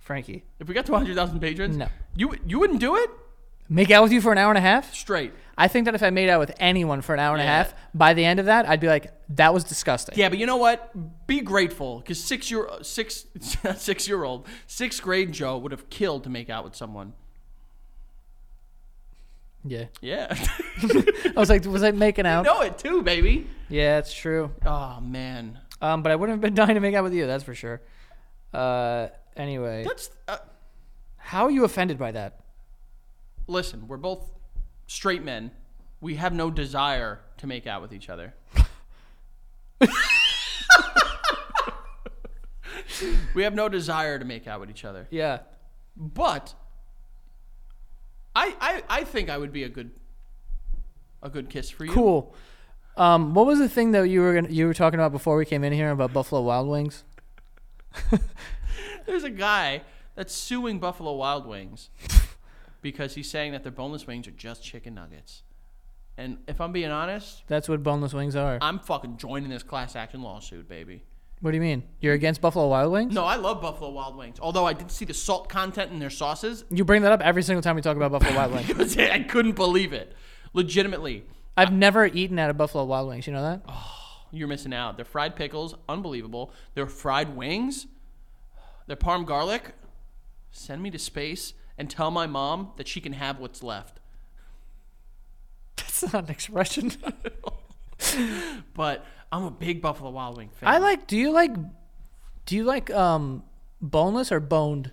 [SPEAKER 1] Frankie,
[SPEAKER 2] if we got to 100,000 patrons,
[SPEAKER 1] No.
[SPEAKER 2] you, you wouldn't do it?
[SPEAKER 1] make out with you for an hour and a half?
[SPEAKER 2] Straight.
[SPEAKER 1] I think that if I made out with anyone for an hour and
[SPEAKER 2] Yeah.
[SPEAKER 1] a half, by the end of that, I'd be like, that was disgusting.
[SPEAKER 2] Yeah, but you know what? Be grateful because six year six [laughs] six year old sixth grade Joe would have killed to make out with someone.
[SPEAKER 1] Yeah.
[SPEAKER 2] Yeah,
[SPEAKER 1] [laughs]
[SPEAKER 2] [laughs]
[SPEAKER 1] I was like, was I making out?
[SPEAKER 2] know it too, baby.
[SPEAKER 1] Yeah, it's true.
[SPEAKER 2] Oh man,
[SPEAKER 1] Um, but I wouldn't have been [laughs] dying to make out with you, that's for sure. Uh, anyway,
[SPEAKER 2] that's uh,
[SPEAKER 1] how are you offended by that?
[SPEAKER 2] listen. We're both straight men. We have no desire to make out with each other. we have no desire to make out with each other.
[SPEAKER 1] Yeah,
[SPEAKER 2] But I, I I think I would be a good a good kiss for you.
[SPEAKER 1] cool. Um, what was the thing that you were gonna, you were talking about before we came in here about Buffalo Wild Wings?
[SPEAKER 2] There's a guy that's suing Buffalo Wild Wings because he's saying that their boneless wings are just chicken nuggets. And if I'm being honest,
[SPEAKER 1] That's what boneless wings are.
[SPEAKER 2] I'm fucking joining this class action lawsuit, baby.
[SPEAKER 1] What do you mean? You're against Buffalo Wild Wings?
[SPEAKER 2] No, I love Buffalo Wild Wings. Although I did see the salt content in their sauces, [laughs]
[SPEAKER 1] You bring that up every single time we talk about Buffalo [laughs] Wild Wings.
[SPEAKER 2] I couldn't believe it. Legitimately,
[SPEAKER 1] I've never eaten at a Buffalo Wild Wings. You know that?
[SPEAKER 2] you're missing out. Their fried pickles, unbelievable. Their fried wings, their parm garlic. Send me to space and tell my mom that she can have what's left.
[SPEAKER 1] That's not an expression.
[SPEAKER 2] [laughs] But I'm a big Buffalo Wild Wing fan.
[SPEAKER 1] [laughs] I like. Do you like? Do you like um boneless or boned?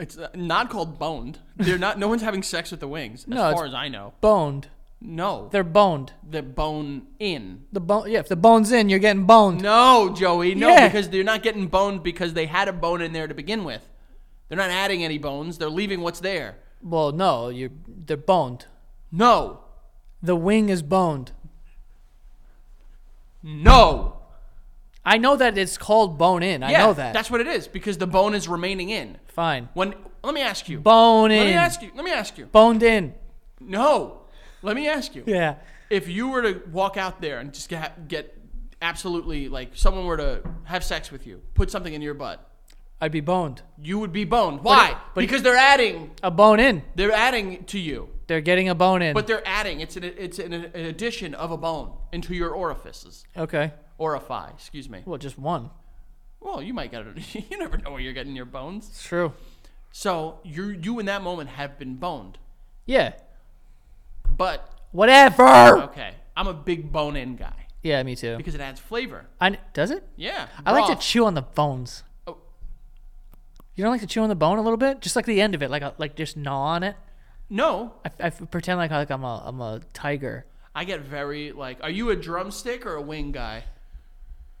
[SPEAKER 2] It's uh, not called boned. They're not. No one's having sex with the wings,
[SPEAKER 1] [laughs]
[SPEAKER 2] as
[SPEAKER 1] No, it's-
[SPEAKER 2] far as I know.
[SPEAKER 1] Boned.
[SPEAKER 2] No,
[SPEAKER 1] They're
[SPEAKER 2] they're,
[SPEAKER 1] boned.
[SPEAKER 2] bone in.
[SPEAKER 1] The bone. Yeah, if the bone's in, you're getting boned.
[SPEAKER 2] No, Joey. No,
[SPEAKER 1] Yeah.
[SPEAKER 2] because they're not getting boned because they had a bone in there to begin with. They're not adding any bones. They're leaving what's there.
[SPEAKER 1] Well, no, you're they're boned.
[SPEAKER 2] No,
[SPEAKER 1] The wing is boned.
[SPEAKER 2] no.
[SPEAKER 1] I know that it's called bone in. I
[SPEAKER 2] yeah,
[SPEAKER 1] know that.
[SPEAKER 2] That's what it is because the bone is remaining in.
[SPEAKER 1] fine.
[SPEAKER 2] When let me ask you.
[SPEAKER 1] Bone
[SPEAKER 2] Let
[SPEAKER 1] in.
[SPEAKER 2] me ask you. Let me ask you.
[SPEAKER 1] Boned in.
[SPEAKER 2] No. Let me ask you.
[SPEAKER 1] Yeah.
[SPEAKER 2] if you were to walk out there and just get, get absolutely like someone were to have sex with you, put something in your butt,
[SPEAKER 1] I'd be boned.
[SPEAKER 2] you would be boned. Why?
[SPEAKER 1] but it-
[SPEAKER 2] because they're adding,
[SPEAKER 1] A bone in.
[SPEAKER 2] they're adding to you,
[SPEAKER 1] They're getting a bone in.
[SPEAKER 2] but they're adding. It's an it's an, an addition of a bone into your orifices,
[SPEAKER 1] okay.
[SPEAKER 2] orify. Excuse me.
[SPEAKER 1] Well, just one.
[SPEAKER 2] Well, you might get it. [laughs] you never know where you're getting your bones.
[SPEAKER 1] It's true.
[SPEAKER 2] So you you in that moment have been boned,
[SPEAKER 1] Yeah.
[SPEAKER 2] but
[SPEAKER 1] Whatever.
[SPEAKER 2] okay, I'm a big bone in guy
[SPEAKER 1] Yeah, me too.
[SPEAKER 2] because it adds flavor.
[SPEAKER 1] I, does it?
[SPEAKER 2] Yeah,
[SPEAKER 1] I like
[SPEAKER 2] broth.
[SPEAKER 1] to chew on the bones. You don't like to chew on the bone a little bit, just like the end of it, like a, like just gnaw on it.
[SPEAKER 2] No,
[SPEAKER 1] I, I pretend like, like I'm a I'm a tiger.
[SPEAKER 2] I get very like. Are you a drumstick or a wing guy?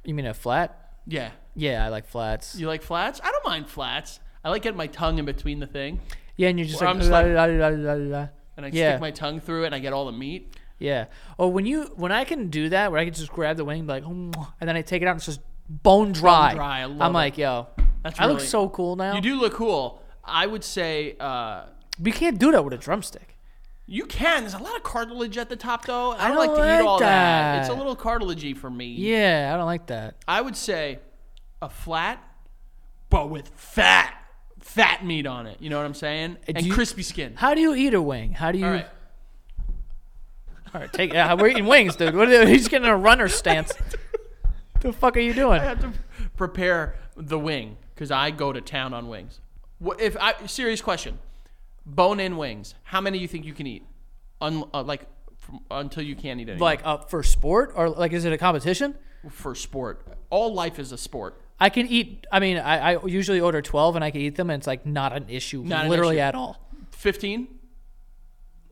[SPEAKER 1] You mean a flat?
[SPEAKER 2] Yeah,
[SPEAKER 1] Yeah, I like flats.
[SPEAKER 2] you like flats. I don't mind flats. I like getting my tongue in between the thing,
[SPEAKER 1] yeah, and you're just
[SPEAKER 2] Well,
[SPEAKER 1] like,
[SPEAKER 2] I'm just like-
[SPEAKER 1] la, la, la, la, la, la.
[SPEAKER 2] and I
[SPEAKER 1] Yeah.
[SPEAKER 2] stick my tongue through it, and I get all the meat.
[SPEAKER 1] yeah. Or when you when I can do that, where I can just grab the wing, be like, "Mwah," and then I take it out and it's just bone dry.
[SPEAKER 2] dry, I love
[SPEAKER 1] am
[SPEAKER 2] it.
[SPEAKER 1] like, yo,
[SPEAKER 2] That's
[SPEAKER 1] I look
[SPEAKER 2] really-
[SPEAKER 1] so cool now.
[SPEAKER 2] You do look cool. I would say uh,
[SPEAKER 1] But you can't do that with a drumstick.
[SPEAKER 2] you can. There's a lot of cartilage at the top, though. and I
[SPEAKER 1] I
[SPEAKER 2] don't, like
[SPEAKER 1] don't
[SPEAKER 2] to
[SPEAKER 1] like
[SPEAKER 2] eat all that.
[SPEAKER 1] that.
[SPEAKER 2] It's a little cartilagey for me.
[SPEAKER 1] Yeah, I don't like that.
[SPEAKER 2] I would say a flat, but with fat, fat meat on it. You know what I'm saying? And
[SPEAKER 1] Uh, you-
[SPEAKER 2] crispy skin.
[SPEAKER 1] How do you eat a wing? How do you?
[SPEAKER 2] All right.
[SPEAKER 1] All right, take. Yeah, we're eating wings, dude. What are you, he's getting a runner
[SPEAKER 2] [laughs]
[SPEAKER 1] stance. the fuck are you doing?
[SPEAKER 2] I have to prepare the wing because I go to town on wings. What if I serious question? Bone in wings. How many you think you can eat? Un, uh, like from, until you can't eat any.
[SPEAKER 1] Like uh, for sport or like is it a competition?
[SPEAKER 2] for sport, all life is a sport.
[SPEAKER 1] I can eat. I mean, I, I usually order twelve and I can eat them, and it's like not an issue,
[SPEAKER 2] Not an
[SPEAKER 1] literally
[SPEAKER 2] issue.
[SPEAKER 1] at all.
[SPEAKER 2] 15,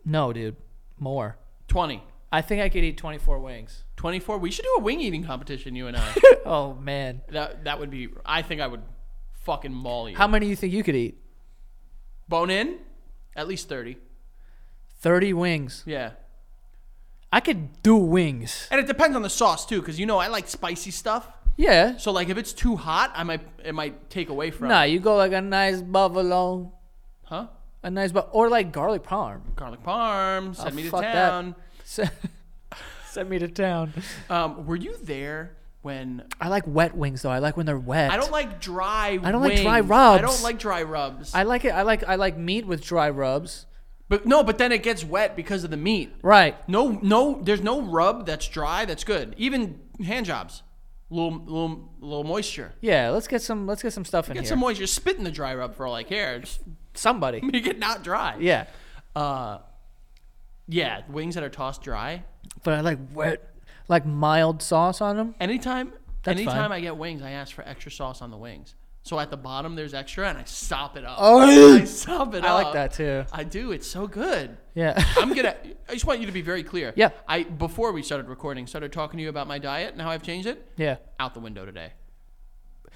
[SPEAKER 1] No, dude, more.
[SPEAKER 2] 20,
[SPEAKER 1] I think I could eat twenty-four wings.
[SPEAKER 2] 24. We should do a wing eating competition, you [laughs] and I.
[SPEAKER 1] oh man,
[SPEAKER 2] that that would be. I think I would fucking maul you.
[SPEAKER 1] how many do you think you could eat?
[SPEAKER 2] Bone in, at least 30.
[SPEAKER 1] Thirty wings.
[SPEAKER 2] Yeah.
[SPEAKER 1] I could do wings.
[SPEAKER 2] And it depends on the sauce too, because you know I like spicy stuff.
[SPEAKER 1] Yeah.
[SPEAKER 2] So like if it's too hot, I might it might take away from.
[SPEAKER 1] Nah, you go like a nice buffalo,
[SPEAKER 2] Huh?
[SPEAKER 1] a nice bu- or like garlic parm. [laughs]
[SPEAKER 2] Garlic parm. Send me to
[SPEAKER 1] Oh, fuck that.
[SPEAKER 2] town.
[SPEAKER 1] Se- Send me to town.
[SPEAKER 2] Um, were you there when?
[SPEAKER 1] I like wet wings though. I like when they're wet.
[SPEAKER 2] I don't like dry.
[SPEAKER 1] I don't like dry
[SPEAKER 2] wings. I don't
[SPEAKER 1] rubs.
[SPEAKER 2] like dry rubs.
[SPEAKER 1] I like it. I like. I like meat with dry rubs.
[SPEAKER 2] but no, but then it gets wet because of the meat.
[SPEAKER 1] Right.
[SPEAKER 2] No, no, there's no rub that's dry that's good. Even hand jobs, little, little, little moisture.
[SPEAKER 1] Yeah. Let's get some. Let's get some stuff in
[SPEAKER 2] Get
[SPEAKER 1] here.
[SPEAKER 2] some moisture. Spit in the dry rub for all I care. Just
[SPEAKER 1] Somebody.
[SPEAKER 2] [laughs] make it not dry.
[SPEAKER 1] Yeah.
[SPEAKER 2] Uh, yeah, wings that are tossed dry.
[SPEAKER 1] But I like wet, like mild sauce on them.
[SPEAKER 2] Anytime,
[SPEAKER 1] That's
[SPEAKER 2] anytime
[SPEAKER 1] fine.
[SPEAKER 2] I get wings, I ask for extra sauce on the wings. So at the bottom there's extra, and I sop it up.
[SPEAKER 1] Oh.
[SPEAKER 2] I sop it
[SPEAKER 1] I
[SPEAKER 2] up.
[SPEAKER 1] like that too.
[SPEAKER 2] I do. It's so good.
[SPEAKER 1] Yeah.
[SPEAKER 2] I'm gonna. [laughs] I just want you to be very clear.
[SPEAKER 1] Yeah.
[SPEAKER 2] I before we started recording, started talking to you about my diet and how I've changed it.
[SPEAKER 1] [laughs] yeah.
[SPEAKER 2] Out the window today.
[SPEAKER 1] Oh,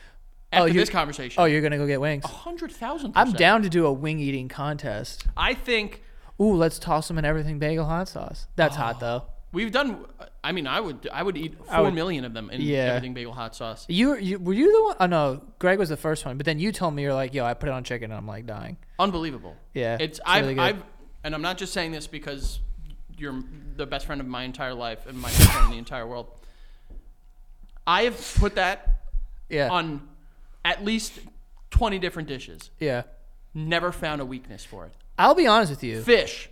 [SPEAKER 2] After
[SPEAKER 1] you-
[SPEAKER 2] this conversation,
[SPEAKER 1] Oh, you're gonna go get wings.
[SPEAKER 2] hundred thousand.
[SPEAKER 1] I'm down to do a wing eating contest.
[SPEAKER 2] I think
[SPEAKER 1] Ooh, let's toss them in everything bagel hot sauce. That's
[SPEAKER 2] Oh.
[SPEAKER 1] hot though.
[SPEAKER 2] we've done. I mean, I would. I would eat four
[SPEAKER 1] I
[SPEAKER 2] million
[SPEAKER 1] would-
[SPEAKER 2] of them in
[SPEAKER 1] Yeah.
[SPEAKER 2] everything bagel hot sauce.
[SPEAKER 1] You, you were you the one? Oh no, Greg was the first one. But then you told me you're like, yo, I put it on chicken and I'm like dying.
[SPEAKER 2] Unbelievable.
[SPEAKER 1] Yeah,
[SPEAKER 2] It's,
[SPEAKER 1] it's
[SPEAKER 2] I've,
[SPEAKER 1] really good.
[SPEAKER 2] I've and I'm not just saying this because you're the best friend of my entire life and my best friend in the entire world. I have put that
[SPEAKER 1] Yeah.
[SPEAKER 2] [laughs] on at least 20 different dishes.
[SPEAKER 1] yeah.
[SPEAKER 2] Never found a weakness for it.
[SPEAKER 1] I'll be honest with you.
[SPEAKER 2] Fish.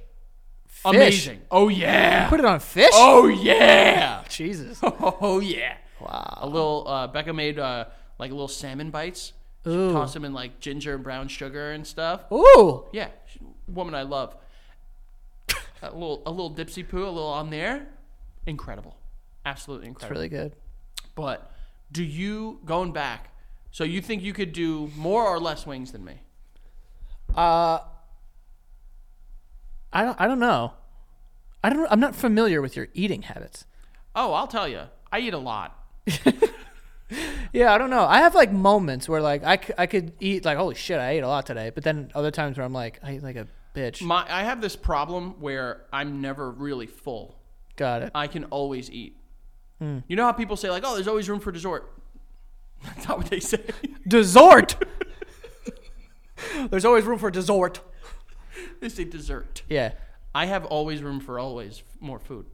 [SPEAKER 2] Amazing. Oh yeah.
[SPEAKER 1] Put it on fish.
[SPEAKER 2] Oh yeah. [laughs]
[SPEAKER 1] Jesus.
[SPEAKER 2] Oh yeah.
[SPEAKER 1] Wow.
[SPEAKER 2] A little uh, Becca made uh, like little salmon bites. She
[SPEAKER 1] Ooh.
[SPEAKER 2] tossed them in like ginger and brown sugar and stuff.
[SPEAKER 1] Ooh.
[SPEAKER 2] Yeah, she's a woman I love. a little, a little dipsy poo, a little on there. Incredible, absolutely
[SPEAKER 1] It's
[SPEAKER 2] incredible.
[SPEAKER 1] really good.
[SPEAKER 2] but do you going back? So you think you could do more or less wings than me?
[SPEAKER 1] Uh, I don't. I don't know. I don't. I'm not familiar with your eating habits.
[SPEAKER 2] Oh, I'll tell you, I eat a lot.
[SPEAKER 1] Yeah, I don't know. I have like moments where like I, c- I could eat like holy shit, I ate a lot today. But then other times where I'm like I ate like a bitch.
[SPEAKER 2] My, I have this problem where I'm never really full.
[SPEAKER 1] Got it.
[SPEAKER 2] I can always eat.
[SPEAKER 1] Hmm.
[SPEAKER 2] You know how people say like, "Oh, there's always room for dessert." [laughs] That's not what they say. [laughs]
[SPEAKER 1] Dessert. [laughs] There's always room for dessert.
[SPEAKER 2] they say dessert.
[SPEAKER 1] Yeah. [laughs]
[SPEAKER 2] I have always room for always more food.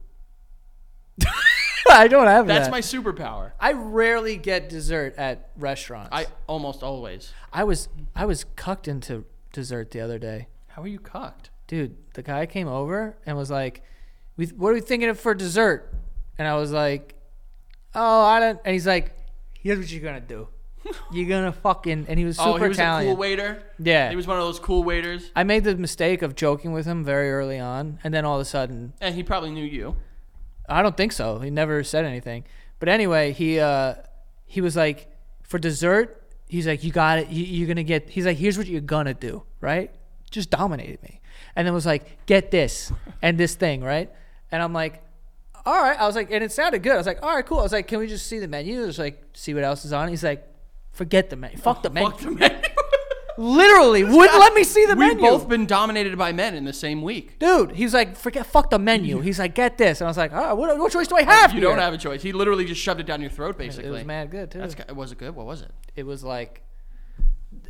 [SPEAKER 1] I don't have
[SPEAKER 2] That's
[SPEAKER 1] that.
[SPEAKER 2] my superpower.
[SPEAKER 1] I rarely get dessert at restaurants.
[SPEAKER 2] I almost always.
[SPEAKER 1] I was I was cucked into dessert the other day.
[SPEAKER 2] How are you cocked?
[SPEAKER 1] Dude, the guy came over and was like, we, "What are we thinking of for dessert?" And I was like, "Oh, I don't." And he's like, "Here's what you're gonna
[SPEAKER 2] [laughs]
[SPEAKER 1] do. You're gonna fucking." And he was super
[SPEAKER 2] oh, he was
[SPEAKER 1] Italian.
[SPEAKER 2] a cool waiter.
[SPEAKER 1] Yeah.
[SPEAKER 2] He was one of those cool waiters,
[SPEAKER 1] I made the mistake of joking with him very early on, and then all of a sudden,
[SPEAKER 2] and he probably knew you.
[SPEAKER 1] I don't think so. He never said anything. But anyway, he uh, he was like, for dessert, he's like, you got it. You, you're gonna get. He's like, here's what you're gonna do, right? Just dominated me, and then was like, get this and this thing, right? And I'm like, all right. I was like, and it sounded good. I was like, all right, cool. I was like, can we just see the menu? Just like see what else is on. He's like, forget the menu. Fuck the menu.
[SPEAKER 2] Oh, Fuck the menu. [laughs]
[SPEAKER 1] Literally, [laughs] wouldn't let me see the
[SPEAKER 2] We've
[SPEAKER 1] menu.
[SPEAKER 2] both been dominated by men in the same week.
[SPEAKER 1] Dude, he's like, forget, fuck the menu. He's like, get this, and I was like, all right, what, what choice do I have?
[SPEAKER 2] Oh, You don't
[SPEAKER 1] here?
[SPEAKER 2] have a choice. He literally just shoved it down your throat, basically.
[SPEAKER 1] It was mad good too.
[SPEAKER 2] That's ki- was it good? What was it?
[SPEAKER 1] it was like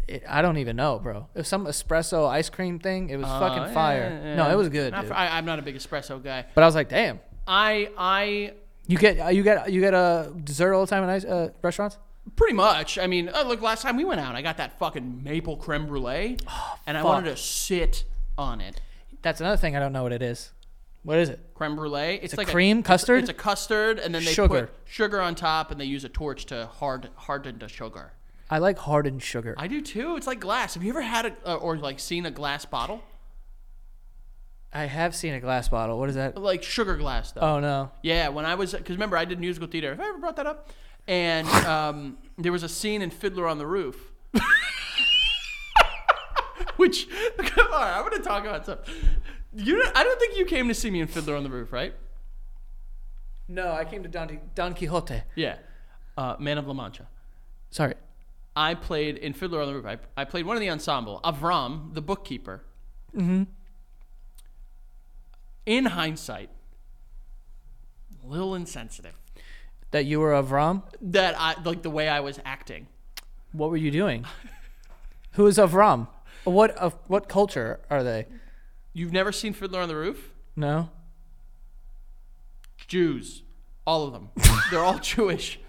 [SPEAKER 1] it, I don't even know, bro. It was some espresso ice cream thing. It was fucking
[SPEAKER 2] Uh,
[SPEAKER 1] fire.
[SPEAKER 2] yeah, yeah,
[SPEAKER 1] No,
[SPEAKER 2] yeah.
[SPEAKER 1] it was good.
[SPEAKER 2] Not
[SPEAKER 1] dude.
[SPEAKER 2] for- I, I'm not a big espresso guy.
[SPEAKER 1] but I was like, damn.
[SPEAKER 2] I I
[SPEAKER 1] You get uh, you get you get a uh, dessert all the time in ice uh, restaurants.
[SPEAKER 2] pretty much. I mean, uh, look, last time we went out, I got that fucking maple creme brulee, and I
[SPEAKER 1] Oh, fuck.
[SPEAKER 2] wanted to sit on it.
[SPEAKER 1] That's another thing I don't know what it is. What is it?
[SPEAKER 2] Creme brulee. It's,
[SPEAKER 1] It's
[SPEAKER 2] like
[SPEAKER 1] a cream custard.
[SPEAKER 2] It's a custard, and then they
[SPEAKER 1] Sugar.
[SPEAKER 2] put sugar on top, and they use a torch to hard harden the sugar.
[SPEAKER 1] I like hardened sugar.
[SPEAKER 2] I do too. It's like glass. Have you ever had a uh, or like seen a glass bottle?
[SPEAKER 1] I have seen a glass bottle. What is that?
[SPEAKER 2] Like sugar glass though.
[SPEAKER 1] Oh no.
[SPEAKER 2] Yeah, when I was because remember I did musical theater. Have I ever brought that up? And um, there was a scene in Fiddler on the Roof, [laughs] which come on, I'm gonna talk about stuff. You, don't- I don't think you came to see me in Fiddler on the Roof, right?
[SPEAKER 1] No, I came to Don, Don Quixote.
[SPEAKER 2] Yeah, uh, Man of La Mancha.
[SPEAKER 1] Sorry.
[SPEAKER 2] I played in Fiddler on the Roof. I, I played one of the ensemble, Avram, the bookkeeper. Mm-hmm. In hindsight, a little insensitive
[SPEAKER 1] That you were Avram.
[SPEAKER 2] that I like the way I was acting.
[SPEAKER 1] What were you
[SPEAKER 2] [laughs]
[SPEAKER 1] doing? Who is Avram? What of what culture are they?
[SPEAKER 2] You've never seen Fiddler on the Roof?
[SPEAKER 1] No.
[SPEAKER 2] Jews. All of them. They're all Jewish.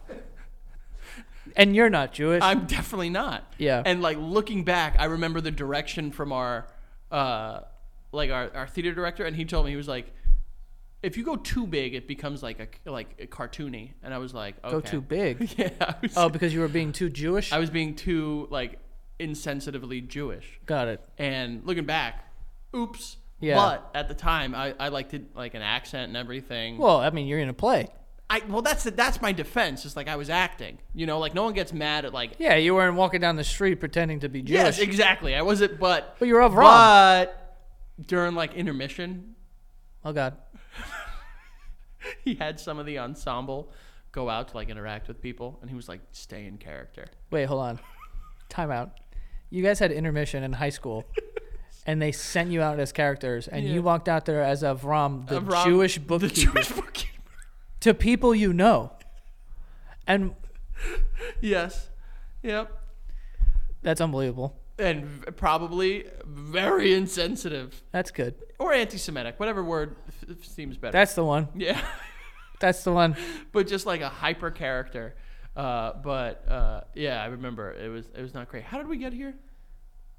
[SPEAKER 1] And you're not Jewish.
[SPEAKER 2] I'm definitely not.
[SPEAKER 1] Yeah.
[SPEAKER 2] And like looking back, I remember the direction from our uh like our, our theater director and he told me he was like if you go too big it becomes like a like a cartoony and I was like okay.
[SPEAKER 1] Go too big.
[SPEAKER 2] [laughs] Yeah. I was,
[SPEAKER 1] Oh, because you were being too Jewish.
[SPEAKER 2] I was being too like insensitively Jewish.
[SPEAKER 1] Got it.
[SPEAKER 2] And looking back, oops.
[SPEAKER 1] Yeah.
[SPEAKER 2] But at the time I, I liked it like an accent and everything.
[SPEAKER 1] Well, I mean, you're in a play.
[SPEAKER 2] I well, that's the, that's my defense. It's like I was acting. You know, like no one gets mad at like.
[SPEAKER 1] Yeah, you weren't walking down the street pretending to be Jewish.
[SPEAKER 2] Yes, exactly. I wasn't, but
[SPEAKER 1] But you're of wrong.
[SPEAKER 2] but during like intermission, [laughs]
[SPEAKER 1] Oh God.
[SPEAKER 2] he had some of the ensemble go out to like interact with people, and he was like, "Stay in character."
[SPEAKER 1] Wait, hold on. Time out. You guys had intermission in high
[SPEAKER 2] [laughs]
[SPEAKER 1] school, and they sent you out as characters, and you walked out there as Avram, the
[SPEAKER 2] Avram,
[SPEAKER 1] Jewish
[SPEAKER 2] [laughs] The
[SPEAKER 1] bookkeeper,
[SPEAKER 2] Jewish bookkeeper.
[SPEAKER 1] [laughs] to people you know. And
[SPEAKER 2] [laughs] yes. Yep.
[SPEAKER 1] that's unbelievable.
[SPEAKER 2] And v- probably very insensitive
[SPEAKER 1] That's good.
[SPEAKER 2] or anti-Semitic, whatever word f- f- seems better.
[SPEAKER 1] That's the one.
[SPEAKER 2] yeah.
[SPEAKER 1] That's the one.
[SPEAKER 2] but just like a hyper character. Uh, but uh, yeah, I remember it was it was not great. How did we get here?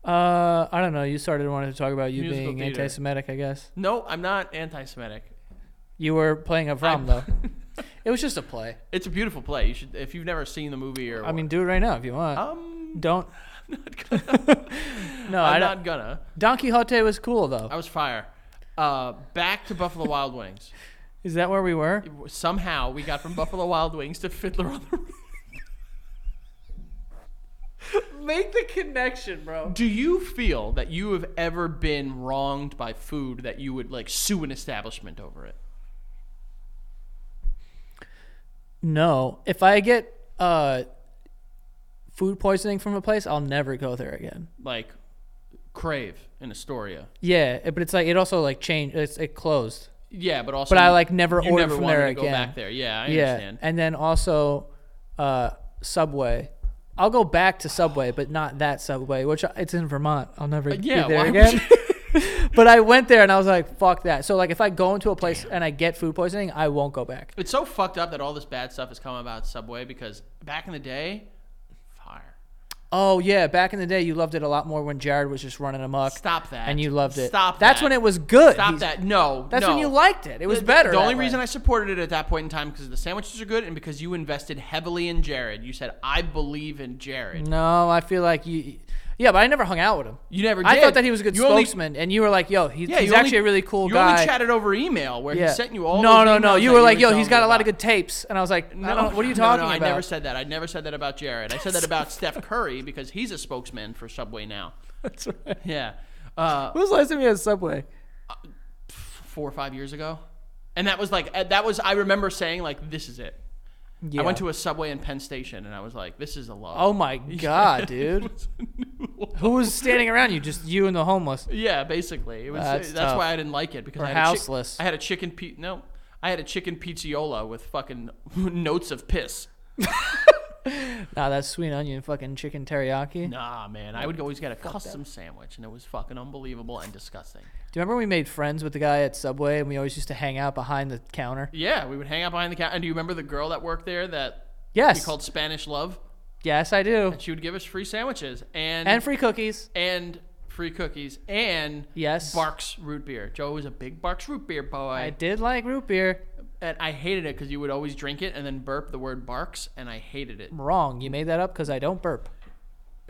[SPEAKER 1] Uh, I don't know. You started wanting to talk about you
[SPEAKER 2] Musical
[SPEAKER 1] being
[SPEAKER 2] theater.
[SPEAKER 1] anti-Semitic, I guess.
[SPEAKER 2] No, I'm not anti-Semitic.
[SPEAKER 1] You were playing Avram,
[SPEAKER 2] I'm- [laughs]
[SPEAKER 1] though. It was just a play.
[SPEAKER 2] It's a beautiful play. You should if you've never seen the movie or
[SPEAKER 1] I mean, do it right now if you want.
[SPEAKER 2] um, [laughs]
[SPEAKER 1] Don't. no,
[SPEAKER 2] I'm
[SPEAKER 1] I don't.
[SPEAKER 2] not gonna.
[SPEAKER 1] Don Quixote was cool though.
[SPEAKER 2] I was fire. Uh, back to Buffalo Wild Wings. [laughs]
[SPEAKER 1] Is that where we were?
[SPEAKER 2] Somehow we got from Buffalo Wild Wings to Fiddler on the Roof. [laughs]
[SPEAKER 1] Make the connection, bro.
[SPEAKER 2] Do you feel that you have ever been wronged by food that you would like sue an establishment over it?
[SPEAKER 1] No, if I get uh food poisoning from a place, I'll never go there again.
[SPEAKER 2] Like Crave in Astoria.
[SPEAKER 1] Yeah, it- but it's like it also like changed. It's, it closed.
[SPEAKER 2] Yeah, but also.
[SPEAKER 1] But I
[SPEAKER 2] you-
[SPEAKER 1] like never
[SPEAKER 2] you
[SPEAKER 1] ordered
[SPEAKER 2] never
[SPEAKER 1] from
[SPEAKER 2] wanted
[SPEAKER 1] there
[SPEAKER 2] to
[SPEAKER 1] again.
[SPEAKER 2] Go back there. Yeah, I
[SPEAKER 1] yeah,
[SPEAKER 2] understand.
[SPEAKER 1] and then also uh Subway. I'll go back to Subway, but not that Subway, which I- it's in Vermont. I'll never
[SPEAKER 2] Uh, yeah,
[SPEAKER 1] be there
[SPEAKER 2] why would
[SPEAKER 1] again. [laughs]
[SPEAKER 2] [laughs]
[SPEAKER 1] but I went there and I was like, "Fuck that!" So like, if I go into a place and I get food poisoning, I won't go back.
[SPEAKER 2] It's so fucked up that all this bad stuff has come about Subway because back in the day, fire.
[SPEAKER 1] Oh yeah, back in the day, you loved it a lot more when Jared was just running amok.
[SPEAKER 2] Stop that.
[SPEAKER 1] And you loved it.
[SPEAKER 2] Stop.
[SPEAKER 1] That's
[SPEAKER 2] that.
[SPEAKER 1] when it was good.
[SPEAKER 2] Stop
[SPEAKER 1] He's-
[SPEAKER 2] that. No.
[SPEAKER 1] That's
[SPEAKER 2] no.
[SPEAKER 1] when you liked it. It was
[SPEAKER 2] The-
[SPEAKER 1] better.
[SPEAKER 2] The only
[SPEAKER 1] that way.
[SPEAKER 2] reason I supported it at that point in time because the sandwiches are good and because you invested heavily in Jared. You said I believe in Jared.
[SPEAKER 1] No, I feel like you. Yeah, but I never hung out with him.
[SPEAKER 2] You never. Did.
[SPEAKER 1] I thought that he was a good
[SPEAKER 2] You only-
[SPEAKER 1] spokesman, and you were like, "Yo, he's,
[SPEAKER 2] yeah,
[SPEAKER 1] he's
[SPEAKER 2] you only-
[SPEAKER 1] actually a really cool
[SPEAKER 2] you
[SPEAKER 1] guy."
[SPEAKER 2] only chatted over email where he sent you all.
[SPEAKER 1] No,
[SPEAKER 2] those
[SPEAKER 1] no, no.
[SPEAKER 2] emails
[SPEAKER 1] You
[SPEAKER 2] that
[SPEAKER 1] were like,
[SPEAKER 2] telling
[SPEAKER 1] "Yo, he's
[SPEAKER 2] me
[SPEAKER 1] got a lot
[SPEAKER 2] about."
[SPEAKER 1] of good tapes," and I was like,
[SPEAKER 2] No,
[SPEAKER 1] I don't, "What are you
[SPEAKER 2] no,
[SPEAKER 1] talking
[SPEAKER 2] no,
[SPEAKER 1] about?"
[SPEAKER 2] I never said that. I never said that about Jared. I said that
[SPEAKER 1] [laughs]
[SPEAKER 2] about Steph Curry because he's a spokesman for Subway now.
[SPEAKER 1] That's [laughs] right.
[SPEAKER 2] Yeah, uh,
[SPEAKER 1] When was the last time you had Subway?
[SPEAKER 2] four or five years ago, and that was like uh, that was. I remember saying like, "This is it."
[SPEAKER 1] Yeah.
[SPEAKER 2] I went to a Subway in Penn Station, and I was like, "This is the love."
[SPEAKER 1] Oh
[SPEAKER 2] [laughs]
[SPEAKER 1] my god, dude! Who was standing around you? Just you and the homeless.
[SPEAKER 2] Yeah, basically, it was.
[SPEAKER 1] That's
[SPEAKER 2] That's,
[SPEAKER 1] tough.
[SPEAKER 2] why I didn't like it because
[SPEAKER 1] Or
[SPEAKER 2] I had
[SPEAKER 1] houseless.
[SPEAKER 2] A chick- I had a chicken pi- no, I had a chicken pizziola with fucking [laughs] notes of piss.
[SPEAKER 1] Nah, that sweet onion, fucking chicken teriyaki.
[SPEAKER 2] Nah, man, I would always get a custom sandwich, and it was fucking unbelievable and disgusting.
[SPEAKER 1] Do you remember when we made friends with the guy at Subway, and we always used to hang out behind the counter?
[SPEAKER 2] Yeah, we would hang out behind the counter. And do you remember the girl that worked there that
[SPEAKER 1] Yes.
[SPEAKER 2] we called Spanish Love?
[SPEAKER 1] yes, I do.
[SPEAKER 2] And she would give us free sandwiches and
[SPEAKER 1] And free cookies.
[SPEAKER 2] and free cookies and
[SPEAKER 1] Yes.
[SPEAKER 2] Barks root beer. Joe was a big Barks root beer boy,
[SPEAKER 1] I did like root beer.
[SPEAKER 2] and I hated it because you would always drink it and then burp the word Barks, and I hated it.
[SPEAKER 1] I'm wrong. You made that up because I don't burp.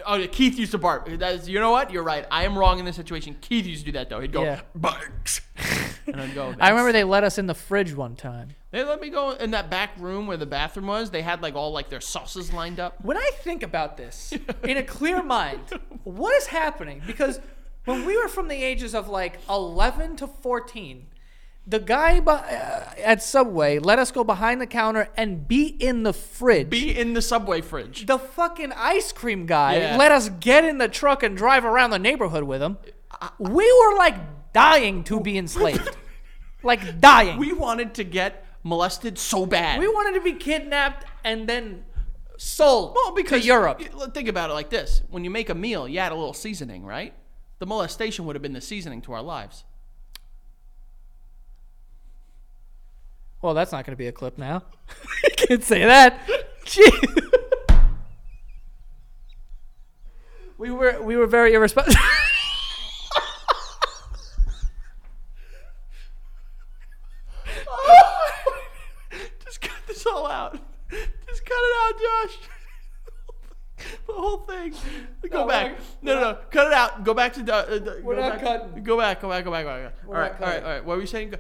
[SPEAKER 2] Oh, yeah, Keith used to bark. That is, you know what? You're right. I am wrong in this situation. Keith used to do that though. He'd go
[SPEAKER 1] Yeah.
[SPEAKER 2] barks, [laughs] [laughs] and I'd go.
[SPEAKER 1] I remember they let us in the fridge one time.
[SPEAKER 2] they let me go in that back room where the bathroom was. They had like all like their sauces lined up.
[SPEAKER 1] When I think about
[SPEAKER 2] [laughs]
[SPEAKER 1] this in a clear mind, what is happening? Because when we were from the ages of like 11 to 14, the guy bu- uh, at Subway let us go behind the counter and be in the fridge.
[SPEAKER 2] Be in the subway fridge.
[SPEAKER 1] the fucking ice cream guy
[SPEAKER 2] Yeah.
[SPEAKER 1] let us get in the truck and drive around the neighborhood with him. we were like dying to be
[SPEAKER 2] [laughs]
[SPEAKER 1] enslaved. like dying.
[SPEAKER 2] We wanted to get molested so bad.
[SPEAKER 1] We wanted to be kidnapped and then sold
[SPEAKER 2] well because
[SPEAKER 1] to Europe.
[SPEAKER 2] y- look, Think about it like this: when you make a meal, you add a little seasoning, right? The molestation would have been the seasoning to our lives.
[SPEAKER 1] Well, that's not going to be a clip now. [laughs] you can't say that. Jeez. We were we were very irresponsible. [laughs]
[SPEAKER 2] Just cut this all out. Just cut it out, Josh. [laughs] the whole thing. Go
[SPEAKER 1] No, we're
[SPEAKER 2] back.
[SPEAKER 1] not-
[SPEAKER 2] no, no, no. Cut it out. Go back to. the- Uh, the-
[SPEAKER 1] We're
[SPEAKER 2] go
[SPEAKER 1] not
[SPEAKER 2] back.
[SPEAKER 1] cutting.
[SPEAKER 2] Go back. Go back. Go back. Go back. All
[SPEAKER 1] not
[SPEAKER 2] right. All right.
[SPEAKER 1] cutting.
[SPEAKER 2] All right. What were you saying? Go-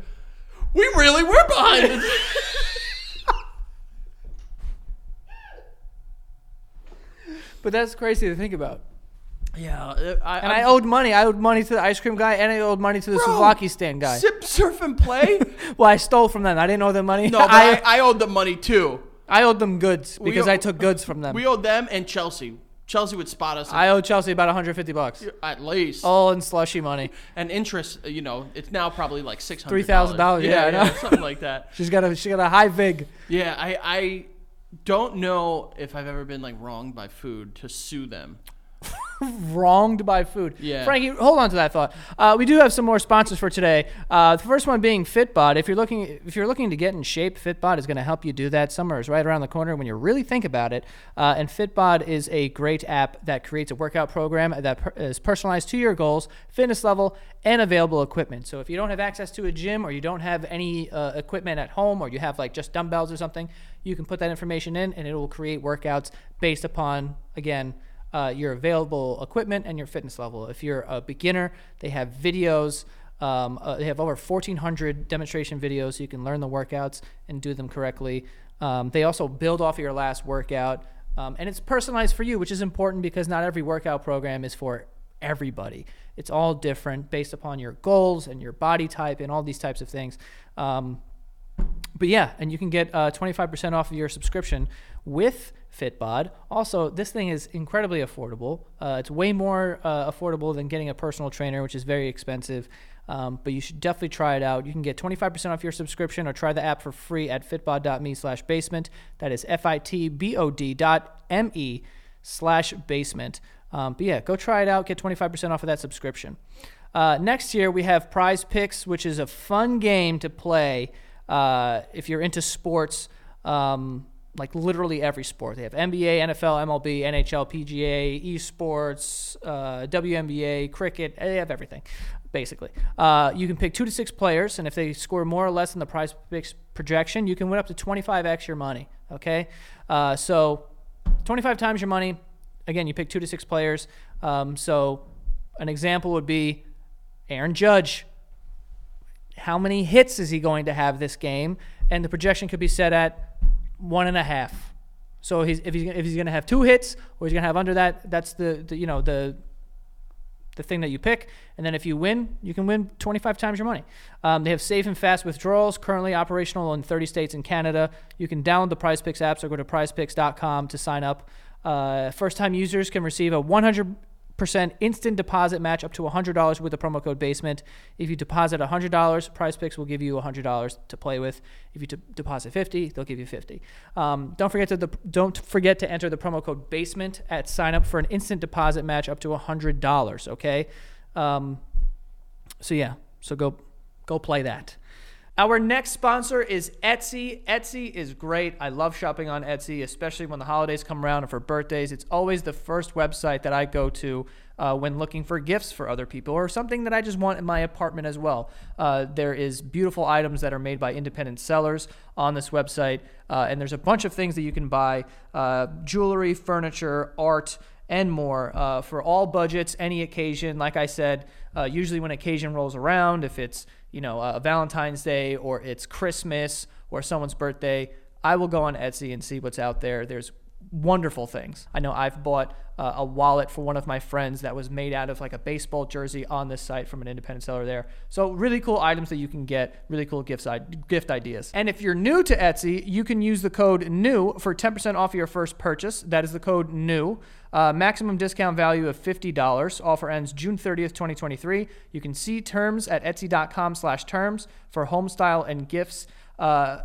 [SPEAKER 2] We really were behind. it. [laughs]
[SPEAKER 1] but that's crazy to think about.
[SPEAKER 2] yeah. uh, I,
[SPEAKER 1] And I owed money. I owed money to the ice cream guy, and I owed money to the
[SPEAKER 2] Bro,
[SPEAKER 1] souvlaki stand guy. [laughs]
[SPEAKER 2] Sip, surf, and [laughs] play.
[SPEAKER 1] Well, I stole from them. I didn't owe them money. [laughs]
[SPEAKER 2] no, but
[SPEAKER 1] I,
[SPEAKER 2] I, I owed them money too.
[SPEAKER 1] I owed them goods because
[SPEAKER 2] owe-
[SPEAKER 1] I took goods from them.
[SPEAKER 2] We owed them and Chelsea. Chelsea would spot us
[SPEAKER 1] I Oh. owed Chelsea about 150 bucks,
[SPEAKER 2] at least.
[SPEAKER 1] all in slushy money.
[SPEAKER 2] And interest, uh, you know, it's now probably like six hundred.
[SPEAKER 1] $3,000, yeah, I know.
[SPEAKER 2] something like that.
[SPEAKER 1] She's got a she got a high vig.
[SPEAKER 2] Yeah, I I don't know if I've ever been like wronged by food to sue them.
[SPEAKER 1] wronged by food.
[SPEAKER 2] Yeah.
[SPEAKER 1] Frankie, hold on to that thought. Uh, we do have some more sponsors for today. Uh, the first one being Fitbod. If you're looking, if you're looking to get in shape, Fitbod is going to help you do that. Summer is right around the corner when you really think about it. Uh, and Fitbod is a great app that creates a workout program that per- is personalized to your goals, fitness level, and available equipment. So if you don't have access to a gym or you don't have any uh, equipment at home or you have like just dumbbells or something, you can put that information in and it will create workouts based upon again uh, your available equipment and your fitness level. If you're a beginner, they have videos. Um, uh, they have over 1,400 demonstration videos. so you can learn the workouts and do them correctly. Um, they also build off of your last workout, um, and it's personalized for you, which is important because not every workout program is for everybody. It's all different based upon your goals and your body type and all these types of things. Um, but yeah, and you can get uh, 25% off of your subscription with Fitbod. Also, this thing is incredibly affordable. Uh, it's way more uh, affordable than getting a personal trainer, which is very expensive. Um, but you should definitely try it out. You can get 25% off your subscription or try the app for free at fitbod.me slash basement. That is F-I-T-B-O-D dot E. M-E slash basement. Um, but yeah, go try it out. Get 25% off of that subscription. Uh, next year, we have Prize Picks, which is a fun game to play uh, if you're into sports, um, like literally every sport. They have NBA, NFL, MLB, NHL, PGA, esports, uh, WNBA, cricket. They have everything, basically. Uh, you can pick two to six players, and if they score more or less than the prize picks projection, you can win up to 25x your money. Okay? Uh, so 25 times your money. Again, you pick two to six players. Um, so, an example would be Aaron Judge. How many hits is he going to have this game? And the projection could be set at one and a half. So he's, if he's if he's going to have two hits or he's going to have under that, that's the, the you know the the thing that you pick. And then if you win, you can win 25 times your money. Um, they have safe and fast withdrawals, currently operational in 30 states and Canada. You can download the Prize Picks apps or go to prizepicks.com to sign up. Uh, First time users can receive a 100% instant deposit match up to $100 with the promo code BASEMENT. If you deposit $100, Prize Picks will give you $100 to play with. If you de- deposit 50, they'll give you 50. Um, don't forget to the, don't forget to enter the promo code BASEMENT at sign up for an instant deposit match up to $100, okay? Um, so yeah, so go go play that. Our next sponsor is Etsy. Etsy is great. I love shopping on Etsy, especially when the holidays come around and for birthdays. It's always the first website that I go to uh, when looking for gifts for other people or something that I just want in my apartment as well. Uh, there is beautiful items that are made by independent sellers on this website, uh, and there's a bunch of things that you can buy: uh, jewelry, furniture, art and more uh, for all budgets, any occasion. Like I said, uh, usually when occasion rolls around, if it's you know uh, Valentine's Day or it's Christmas or someone's birthday, I will go on Etsy and see what's out there. There's wonderful things. I know I've bought uh, a wallet for one of my friends that was made out of like a baseball jersey on this site from an independent seller there. So really cool items that you can get, really cool gifts i- gift ideas. And if you're new to Etsy, you can use the code new for 10% off your first purchase. That is the code new. Uh, maximum discount value of $50. Offer ends June 30th, 2023. You can see terms at etsy.com slash terms for home style and gifts. Uh,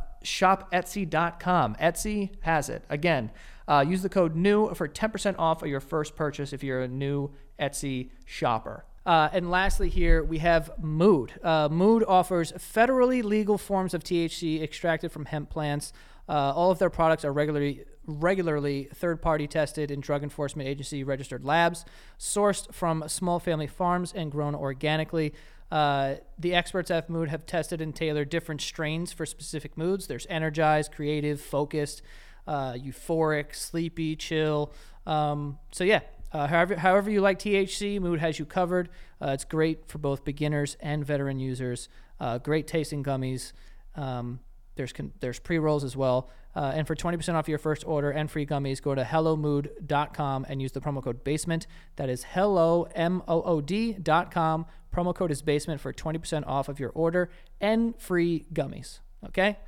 [SPEAKER 1] shopetsy.com. Etsy has it. Again, uh, use the code NEW for 10% off of your first purchase if you're a new Etsy shopper. Uh, and lastly, here we have Mood. Uh, Mood offers federally legal forms of THC extracted from hemp plants. Uh, all of their products are regularly regularly third-party tested in drug enforcement agency registered labs, sourced from small family farms and grown organically. Uh, the experts at Mood have tested and tailored different strains for specific moods. There's energized, creative, focused, uh, euphoric, sleepy, chill. Um, so yeah, uh, however, however you like THC, Mood has you covered. Uh, it's great for both beginners and veteran users. Uh, great tasting gummies. Um, there's con- there's pre rolls as well. Uh, and for 20% off your first order and free gummies, go to hellomood.com and use the promo code basement. That is hello m o o d dot com. Promo code is basement for 20% off of your order and free gummies. Okay,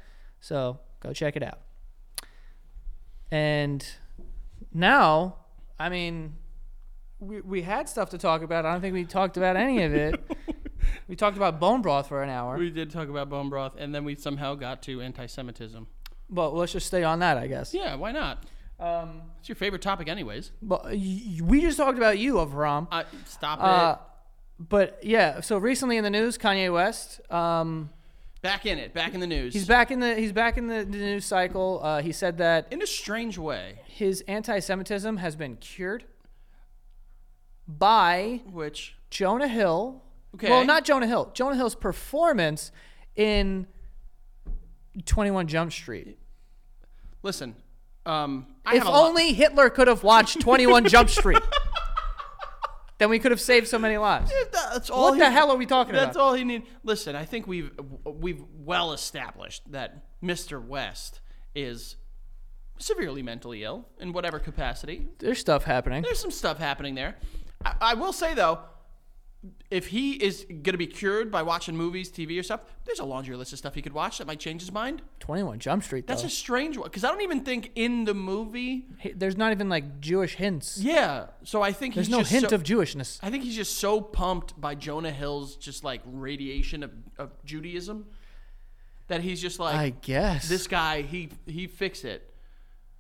[SPEAKER 1] so go check it out. And now, I mean, we, we had stuff to talk about. I don't think we talked about any of
[SPEAKER 2] [laughs]
[SPEAKER 1] it. we talked about bone broth for an hour.
[SPEAKER 2] We did talk about bone broth, and then we somehow got to anti-Semitism.
[SPEAKER 1] But let's just stay on that, I guess.
[SPEAKER 2] Yeah, why not?
[SPEAKER 1] Um,
[SPEAKER 2] It's your favorite topic, anyways.
[SPEAKER 1] but y- we just talked about you, Avram.
[SPEAKER 2] Uh, stop
[SPEAKER 1] Uh,
[SPEAKER 2] it.
[SPEAKER 1] but yeah, so recently in the news, Kanye West. Um,
[SPEAKER 2] Back in it. Back in the news.
[SPEAKER 1] he's back in the he's back in the, the news cycle. Uh, he said that
[SPEAKER 2] in a strange way,
[SPEAKER 1] his anti-Semitism has been cured by
[SPEAKER 2] which
[SPEAKER 1] Jonah Hill.
[SPEAKER 2] Okay.
[SPEAKER 1] Well, not Jonah Hill. Jonah Hill's performance in 21 Jump Street.
[SPEAKER 2] listen, um, I
[SPEAKER 1] If
[SPEAKER 2] have a lot-
[SPEAKER 1] only Hitler could have
[SPEAKER 2] [laughs]
[SPEAKER 1] watched 21 Jump Street, then we could have saved so many lives.
[SPEAKER 2] that's all.
[SPEAKER 1] What the
[SPEAKER 2] he-
[SPEAKER 1] hell are we talking
[SPEAKER 2] That's
[SPEAKER 1] about?
[SPEAKER 2] all he need. Listen, I think we've we've well established that Mr. West is severely mentally ill in whatever capacity.
[SPEAKER 1] There's stuff happening.
[SPEAKER 2] There's some stuff happening there. I, I will say though, if he is gonna be cured by watching movies, TV, or stuff, there's a laundry list of stuff he could watch that might change his mind.
[SPEAKER 1] 21 Jump Street, though.
[SPEAKER 2] That's a strange one because I don't even think in the movie.
[SPEAKER 1] Hey, There's not even like Jewish hints.
[SPEAKER 2] Yeah, so I think
[SPEAKER 1] There's
[SPEAKER 2] he's
[SPEAKER 1] no
[SPEAKER 2] just
[SPEAKER 1] hint
[SPEAKER 2] so-
[SPEAKER 1] of Jewishness.
[SPEAKER 2] I think he's just so pumped by Jonah Hill's just like radiation of, of Judaism that he's just like
[SPEAKER 1] I guess.
[SPEAKER 2] this guy he he fix it.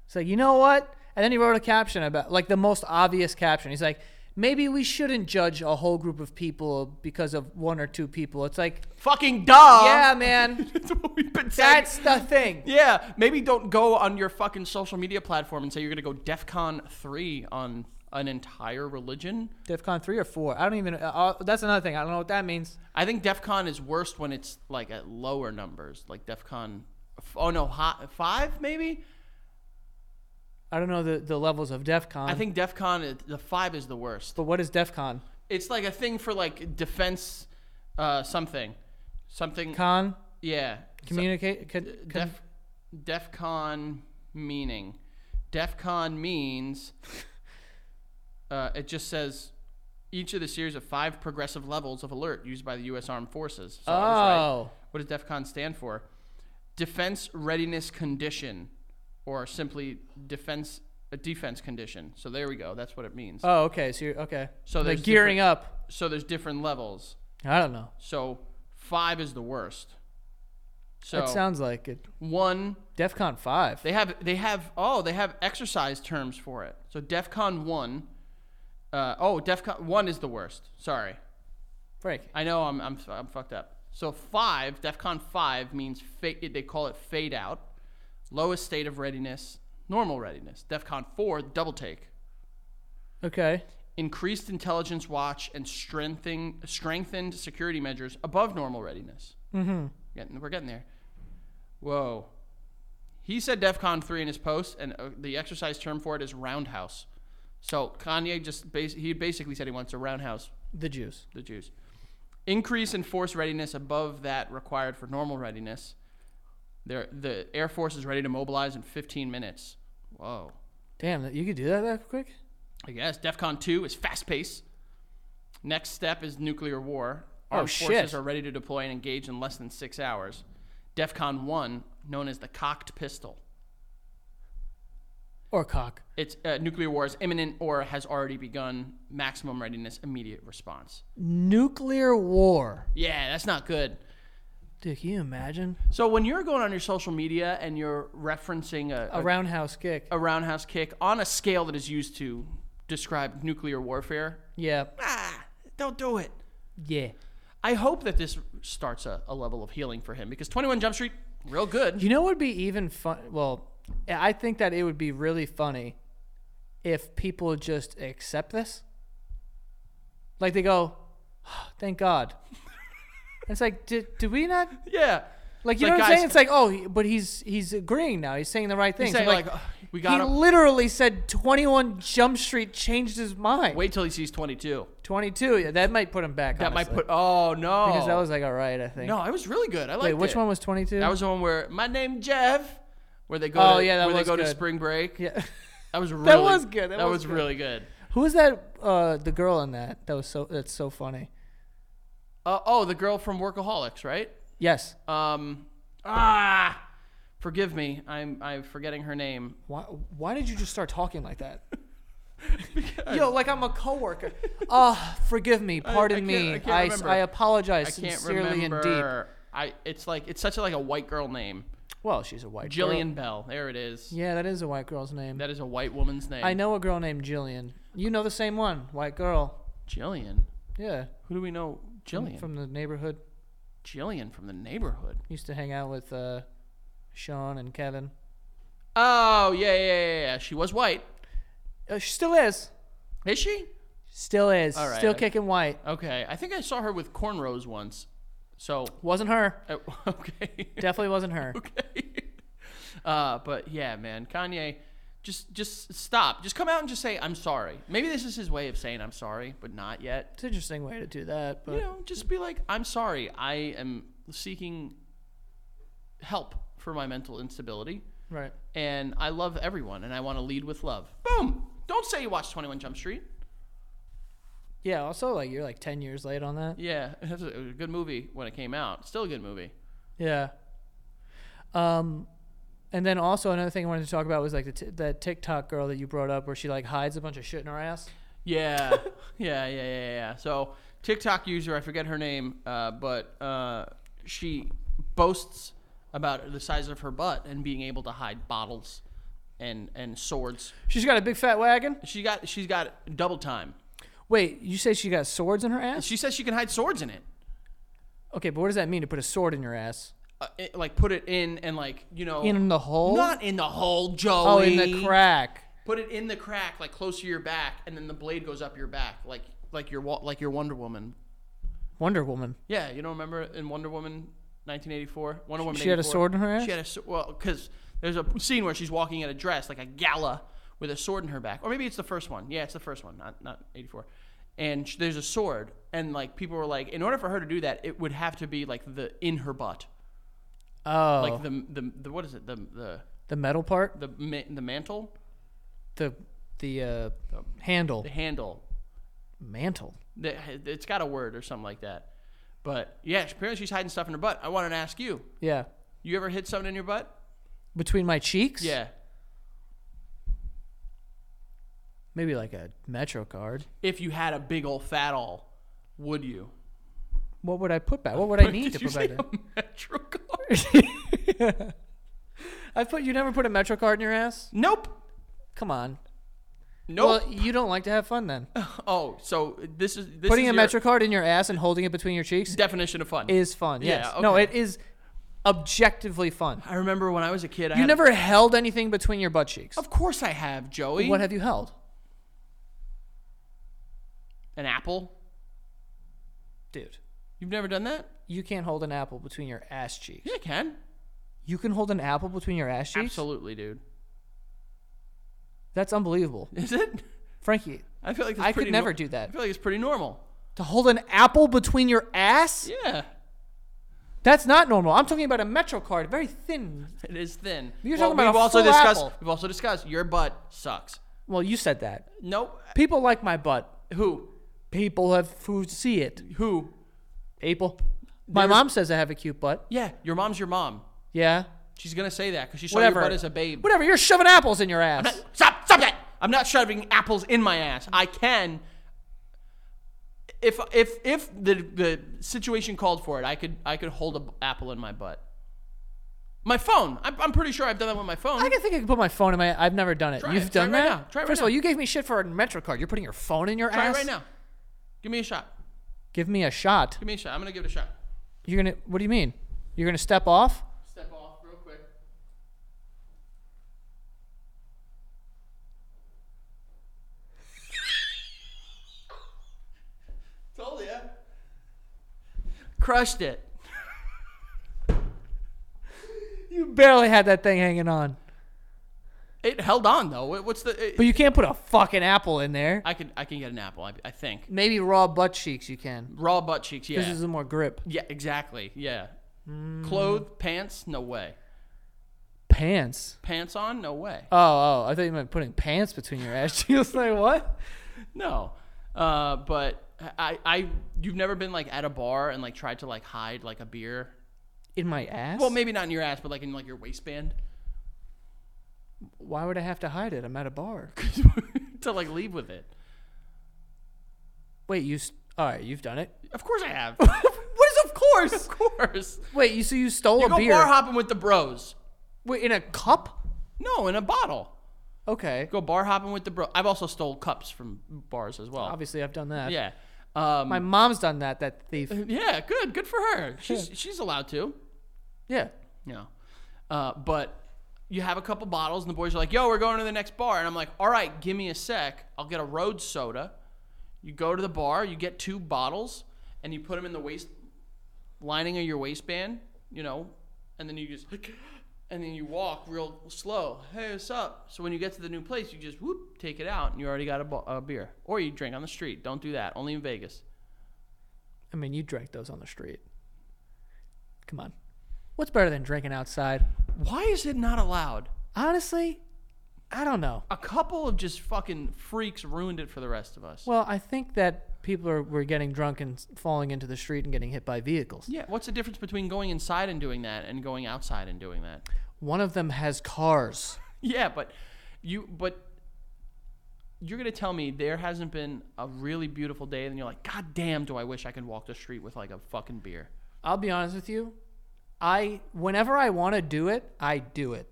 [SPEAKER 1] It's like, you know what? And then he wrote a caption about, like, the most obvious caption. He's like, maybe we shouldn't judge a whole group of people because of one or two people. It's like,
[SPEAKER 2] Fucking duh.
[SPEAKER 1] yeah, man,
[SPEAKER 2] [laughs] That's what we've been saying.
[SPEAKER 1] that's the thing.
[SPEAKER 2] yeah, maybe don't go on your fucking social media platform and say you're gonna go DefCon three on an entire religion.
[SPEAKER 1] DEFCON three or four? I don't even. Uh, uh, that's another thing. I don't know what that means.
[SPEAKER 2] I think DefCon is worst when it's like at lower numbers, like DefCon. Oh no, hot five maybe.
[SPEAKER 1] I don't know the, the levels of DEF CON.
[SPEAKER 2] I think DEF CON, is- the five is the worst.
[SPEAKER 1] But what is DEF CON?
[SPEAKER 2] It's like a thing for like defense uh, something. Something.
[SPEAKER 1] Con?
[SPEAKER 2] yeah. uh,
[SPEAKER 1] Communicate? con- con-
[SPEAKER 2] Def, DEF CON meaning. DEF
[SPEAKER 1] [laughs]
[SPEAKER 2] CON means uh, it just says each of the series of five progressive levels of alert used by the U.S. Armed Forces. So I was right.
[SPEAKER 1] oh.
[SPEAKER 2] What does DEF CON stand for? Defense Readiness Condition, or simply defense a defense condition. So there we go. That's what it means.
[SPEAKER 1] Oh, okay. So you're, okay.
[SPEAKER 2] So
[SPEAKER 1] they're
[SPEAKER 2] there's
[SPEAKER 1] gearing up.
[SPEAKER 2] so there's different levels.
[SPEAKER 1] I don't know.
[SPEAKER 2] So five is the worst. So
[SPEAKER 1] That sounds like it.
[SPEAKER 2] one
[SPEAKER 1] DEF CON 5.
[SPEAKER 2] They have they have oh they have exercise terms for it. So DefCon one, uh, oh DefCon one is the worst. Sorry,
[SPEAKER 1] Break.
[SPEAKER 2] I know I'm I'm I'm fucked up. So five DefCon five means fade. They call it fade out, lowest state of readiness, normal readiness. DefCon four double take,
[SPEAKER 1] Okay.
[SPEAKER 2] increased intelligence watch and strengthening strengthened security measures above normal readiness.
[SPEAKER 1] Mm-hmm.
[SPEAKER 2] Getting, we're getting there. Whoa. He said DEFCON 3 in his post, and uh, the exercise term for it is roundhouse. So Kanye just bas- he basically said he wants to roundhouse
[SPEAKER 1] The Jews.
[SPEAKER 2] the Jews. Increase in force readiness above that required for normal readiness. There, the Air Force is ready to mobilize in 15 minutes. Whoa.
[SPEAKER 1] Damn, that you could do that that quick?
[SPEAKER 2] I guess DEFCON 2 is fast pace. Next step is nuclear war.
[SPEAKER 1] Oh,
[SPEAKER 2] Armed
[SPEAKER 1] shit.
[SPEAKER 2] forces are ready to deploy and engage in less than six hours. DEFCON 1, known as the cocked pistol.
[SPEAKER 1] Or cock.
[SPEAKER 2] It's uh, nuclear war is imminent or has already begun. Maximum readiness, immediate response.
[SPEAKER 1] Nuclear war.
[SPEAKER 2] Yeah, that's not good.
[SPEAKER 1] Dude, can you imagine?
[SPEAKER 2] So when you're going on your social media and you're referencing a,
[SPEAKER 1] A roundhouse kick.
[SPEAKER 2] a roundhouse kick on a scale that is used to describe nuclear warfare,
[SPEAKER 1] Yeah.
[SPEAKER 2] ah, don't do it.
[SPEAKER 1] Yeah.
[SPEAKER 2] I hope that this starts a, a level of healing for him because 21 Jump Street, real
[SPEAKER 1] [laughs]
[SPEAKER 2] good.
[SPEAKER 1] You know what would be even fun? Well, I think that it would be really funny if people just accept this. Like they go, "Oh, thank God. it's like, did, did we not?
[SPEAKER 2] Yeah.
[SPEAKER 1] Like, you
[SPEAKER 2] It's like,
[SPEAKER 1] know what I'm
[SPEAKER 2] guys-
[SPEAKER 1] saying? It's like, oh, he- but he's he's agreeing now. He's saying the right thing.
[SPEAKER 2] He's saying, like, "Ugh, we
[SPEAKER 1] he
[SPEAKER 2] got to
[SPEAKER 1] literally said 21 Jump Street changed his mind.
[SPEAKER 2] wait till he sees 22.
[SPEAKER 1] 22. Yeah, that might put him back.
[SPEAKER 2] That might
[SPEAKER 1] honestly.
[SPEAKER 2] put, oh, no.
[SPEAKER 1] Because that was like, all right, I think.
[SPEAKER 2] no, I was really good. I liked
[SPEAKER 1] Wait, which
[SPEAKER 2] it.
[SPEAKER 1] one was 22?
[SPEAKER 2] That was the one where, my name Jeff, where they go,
[SPEAKER 1] Oh,
[SPEAKER 2] to,
[SPEAKER 1] yeah, that
[SPEAKER 2] where
[SPEAKER 1] was
[SPEAKER 2] they go to
[SPEAKER 1] good.
[SPEAKER 2] spring break.
[SPEAKER 1] Yeah.
[SPEAKER 2] That was really
[SPEAKER 1] was good. That
[SPEAKER 2] That,
[SPEAKER 1] was
[SPEAKER 2] was,
[SPEAKER 1] good.
[SPEAKER 2] really good.
[SPEAKER 1] Who was that? Uh, the girl in that. That was so. That's so funny.
[SPEAKER 2] Uh, oh, the girl from Workaholics, right?
[SPEAKER 1] Yes.
[SPEAKER 2] Um, ah, forgive me. I'm, I'm forgetting her name.
[SPEAKER 1] Why? Why did you just start talking like that?
[SPEAKER 2] [laughs]
[SPEAKER 1] Yo, like I'm a coworker. Ah, forgive me. Pardon
[SPEAKER 2] I can't-
[SPEAKER 1] me.
[SPEAKER 2] I can't
[SPEAKER 1] I, s-
[SPEAKER 2] remember.
[SPEAKER 1] I apologize
[SPEAKER 2] I can't
[SPEAKER 1] sincerely and deep.
[SPEAKER 2] remember. I, it's like, it's such a, like a white girl name.
[SPEAKER 1] Well, she's a white girl.
[SPEAKER 2] Jillian Bell. There it is.
[SPEAKER 1] Yeah, that is a white girl's name.
[SPEAKER 2] That is a white woman's name.
[SPEAKER 1] I know a girl named Jillian. You know the same one, white girl.
[SPEAKER 2] Jillian.
[SPEAKER 1] Yeah,
[SPEAKER 2] Who do we know? Jillian.
[SPEAKER 1] from the neighborhood.
[SPEAKER 2] Jillian from the neighborhood.
[SPEAKER 1] Used to hang out with uh, Sean and Kevin.
[SPEAKER 2] Oh yeah, yeah, yeah, yeah. She was white.
[SPEAKER 1] Uh, she still is.
[SPEAKER 2] Is she?
[SPEAKER 1] Still is.
[SPEAKER 2] All right,
[SPEAKER 1] Still
[SPEAKER 2] okay.
[SPEAKER 1] kicking white.
[SPEAKER 2] Okay. I think I saw her with cornrows once. So
[SPEAKER 1] Wasn't her.
[SPEAKER 2] uh, [laughs] okay.
[SPEAKER 1] Definitely wasn't her.
[SPEAKER 2] okay. Uh, but yeah, man, Kanye, just just stop. Just come out and just say I'm sorry. Maybe this is his way of saying I'm sorry, but not yet.
[SPEAKER 1] It's an interesting way to do that, but
[SPEAKER 2] you know, just be like, I'm sorry, I am seeking help for my mental instability,
[SPEAKER 1] right.
[SPEAKER 2] and I love everyone, and I want to lead with love. Boom! Don't say you watched 21 Jump Street.
[SPEAKER 1] Yeah. Also, like you're like ten years late on that.
[SPEAKER 2] Yeah, [laughs] it was a it was a good movie when it came out. Still a good movie.
[SPEAKER 1] Yeah. Um, and then also another thing I wanted to talk about was like the t- that TikTok girl that you brought up, where she like hides a bunch of shit in her ass.
[SPEAKER 2] Yeah, [laughs] yeah, yeah, yeah, yeah. So TikTok user, I forget her name, uh, but uh, she boasts about the size of her butt and being able to hide bottles and and swords.
[SPEAKER 1] She's got a big fat wagon.
[SPEAKER 2] She got she's got double time.
[SPEAKER 1] Wait, you say she got swords in her ass?
[SPEAKER 2] She says she can hide swords in it.
[SPEAKER 1] Okay, but what does that mean to put a sword in your ass?
[SPEAKER 2] Uh, it- like put it in and like you know
[SPEAKER 1] In the hole?
[SPEAKER 2] Oh. not in the hole, Joey.
[SPEAKER 1] oh, in the crack.
[SPEAKER 2] Put it in the crack, like close to your back, and then the blade goes up your back, like like your wa- like your Wonder Woman.
[SPEAKER 1] Wonder Woman.
[SPEAKER 2] Yeah, you don't remember in Wonder Woman, 1984. Wonder Woman.
[SPEAKER 1] She had a
[SPEAKER 2] 84?
[SPEAKER 1] sword in her ass?
[SPEAKER 2] She had a s- well, because there's a scene where she's walking at a dress like a gala with a sword in her back, or maybe it's the first one. Yeah, it's the first one, not not eighty four. And sh there's a sword, and like people were like, in order for her to do that, it would have to be like the in her butt,
[SPEAKER 1] Oh,
[SPEAKER 2] like the, the the what is it, the the
[SPEAKER 1] the metal part,
[SPEAKER 2] the ma- the mantle,
[SPEAKER 1] the the uh, handle,
[SPEAKER 2] the handle.
[SPEAKER 1] mantle.
[SPEAKER 2] The, it's got a word or something like that. But yeah, apparently she's hiding stuff in her butt. I wanted to ask you,
[SPEAKER 1] Yeah,
[SPEAKER 2] you ever hid something in your butt?
[SPEAKER 1] between my cheeks.
[SPEAKER 2] Yeah.
[SPEAKER 1] maybe like a Metro card.
[SPEAKER 2] If you had a big old fat all, would you?
[SPEAKER 1] What would I put back? What would I need
[SPEAKER 2] [laughs] Did
[SPEAKER 1] to
[SPEAKER 2] you
[SPEAKER 1] put back?
[SPEAKER 2] say
[SPEAKER 1] in?
[SPEAKER 2] a metro card?
[SPEAKER 1] [laughs] I put you never put a Metro card in your ass.
[SPEAKER 2] [laughs] Nope.
[SPEAKER 1] Come on.
[SPEAKER 2] Nope.
[SPEAKER 1] Well, you don't like to have fun then.
[SPEAKER 2] oh, so this is this
[SPEAKER 1] Putting
[SPEAKER 2] is
[SPEAKER 1] a
[SPEAKER 2] your
[SPEAKER 1] Metro card in your ass and holding it between your cheeks
[SPEAKER 2] definition of fun.
[SPEAKER 1] is fun.
[SPEAKER 2] Yeah,
[SPEAKER 1] Yes. No,
[SPEAKER 2] okay.
[SPEAKER 1] it is objectively fun.
[SPEAKER 2] I remember when I was a kid. I
[SPEAKER 1] You
[SPEAKER 2] had-
[SPEAKER 1] never held anything between your butt cheeks.
[SPEAKER 2] Of course, I have Joey.
[SPEAKER 1] What have you held?
[SPEAKER 2] An apple.
[SPEAKER 1] Dude,
[SPEAKER 2] You've never done that?
[SPEAKER 1] you can't hold an apple between your ass cheeks.
[SPEAKER 2] Yeah, I can.
[SPEAKER 1] You can hold an apple between your ass cheeks?
[SPEAKER 2] Absolutely, dude.
[SPEAKER 1] That's unbelievable.
[SPEAKER 2] Is it? [laughs]
[SPEAKER 1] Frankie,
[SPEAKER 2] I feel like that's
[SPEAKER 1] I
[SPEAKER 2] pretty
[SPEAKER 1] could
[SPEAKER 2] nor-
[SPEAKER 1] never do
[SPEAKER 2] I
[SPEAKER 1] that.
[SPEAKER 2] feel like it's pretty normal.
[SPEAKER 1] To hold an apple between your ass?
[SPEAKER 2] Yeah,
[SPEAKER 1] That's not normal. I'm talking about a Metro card, very thin.
[SPEAKER 2] it is thin.
[SPEAKER 1] You're talking about
[SPEAKER 2] we've
[SPEAKER 1] a
[SPEAKER 2] also
[SPEAKER 1] full
[SPEAKER 2] discussed.
[SPEAKER 1] apple.
[SPEAKER 2] We've also discussed your butt sucks.
[SPEAKER 1] Well, you said that.
[SPEAKER 2] Nope.
[SPEAKER 1] People like my butt.
[SPEAKER 2] Who?
[SPEAKER 1] People have who see it.
[SPEAKER 2] Who?
[SPEAKER 1] People. My
[SPEAKER 2] There's-
[SPEAKER 1] mom says I have a cute butt.
[SPEAKER 2] Yeah, your mom's your mom.
[SPEAKER 1] Yeah.
[SPEAKER 2] She's gonna say that because she saw
[SPEAKER 1] Whatever.
[SPEAKER 2] your butt as a babe.
[SPEAKER 1] Whatever. You're shoving apples in your ass.
[SPEAKER 2] Stop! Stop that! I'm not shoving apples in my ass. I can. If if if the the situation called for it, I could I could hold an apple in my butt. My phone. I'm, I'm pretty sure I've done that with my phone.
[SPEAKER 1] I can think I can put my phone in my. I've never done it.
[SPEAKER 2] Try
[SPEAKER 1] You've
[SPEAKER 2] it. Try
[SPEAKER 1] done
[SPEAKER 2] it right
[SPEAKER 1] that.
[SPEAKER 2] now. Try it right
[SPEAKER 1] First of all,
[SPEAKER 2] now.
[SPEAKER 1] you gave me shit for a metro card. You're putting your phone in your
[SPEAKER 2] Try it
[SPEAKER 1] ass.
[SPEAKER 2] right now. Give me a shot.
[SPEAKER 1] Give me a shot.
[SPEAKER 2] Give me a shot. I'm gonna give it a shot.
[SPEAKER 1] You're gonna. What do you mean? You're gonna step off?
[SPEAKER 2] Step off real quick. [laughs] Told ya. Crushed it.
[SPEAKER 1] You barely had that thing hanging on.
[SPEAKER 2] It held on though. What- What's the? it-
[SPEAKER 1] But you can't put a fucking apple in there.
[SPEAKER 2] I can I can get an apple. I, I think
[SPEAKER 1] Maybe raw butt cheeks. You can.
[SPEAKER 2] raw butt cheeks. Yeah.
[SPEAKER 1] This is a Mm. more grip.
[SPEAKER 2] yeah. Exactly. Yeah. Clothed pants? No way.
[SPEAKER 1] Pants.
[SPEAKER 2] Pants on? No way.
[SPEAKER 1] Oh, oh. I thought you meant putting pants between your ass cheeks. [laughs] like what?
[SPEAKER 2] No. Uh, but I I you've never been like at a bar and like tried to like hide like a beer
[SPEAKER 1] In my ass?
[SPEAKER 2] Well, maybe not in your ass, but like in like your waistband [laughs]
[SPEAKER 1] Why would I have to hide it? I'm at a bar. [laughs]
[SPEAKER 2] to like leave with it.
[SPEAKER 1] Wait, you. St- all right, you've done it.
[SPEAKER 2] [laughs] Of course
[SPEAKER 1] [laughs]
[SPEAKER 2] I have.
[SPEAKER 1] what is of course?
[SPEAKER 2] of course.
[SPEAKER 1] [laughs] Wait, you so you stole
[SPEAKER 2] You
[SPEAKER 1] a
[SPEAKER 2] go
[SPEAKER 1] beer?
[SPEAKER 2] bar hopping with the bros.
[SPEAKER 1] Wait, in a cup?
[SPEAKER 2] No, in a bottle.
[SPEAKER 1] Okay.
[SPEAKER 2] Go bar hopping with the bro. I've also stole cups from bars as well.
[SPEAKER 1] Obviously, I've done that.
[SPEAKER 2] Yeah. Um,
[SPEAKER 1] My mom's done that. That
[SPEAKER 2] [laughs]
[SPEAKER 1] thief.
[SPEAKER 2] yeah. Good. Good for her. She's she's allowed to.
[SPEAKER 1] Yeah.
[SPEAKER 2] No. Uh, but you have a couple bottles, and the boys are like, yo, we're going to the next bar. And I'm like, all right, give me a sec. I'll get a road soda. You go to the bar, you get two bottles, and you put them in the waist lining of your waistband, you know, and then you just, [gasps] and then you walk real slow. Hey, what's up? So when you get to the new place, you just whoop, take it out, and you already got a, bo- a beer. Or you drink on the street. Don't do that. Only in Vegas.
[SPEAKER 1] I mean, you drank those on the street. Come on. What's better than drinking outside?
[SPEAKER 2] Why is it not allowed?
[SPEAKER 1] Honestly, I don't know.
[SPEAKER 2] A couple of just fucking freaks ruined it for the rest of us.
[SPEAKER 1] Well, I think that people are were getting drunk and s- falling into the street and getting hit by vehicles.
[SPEAKER 2] Yeah, what's the difference between going inside and doing that and going outside and doing that?
[SPEAKER 1] One of them has cars.
[SPEAKER 2] Yeah, but you but you're going to tell me there hasn't been a really beautiful day and you're like, "God damn, do I wish I could walk the street with like a fucking beer."
[SPEAKER 1] I'll be honest with you. I whenever I want to do it, I do it.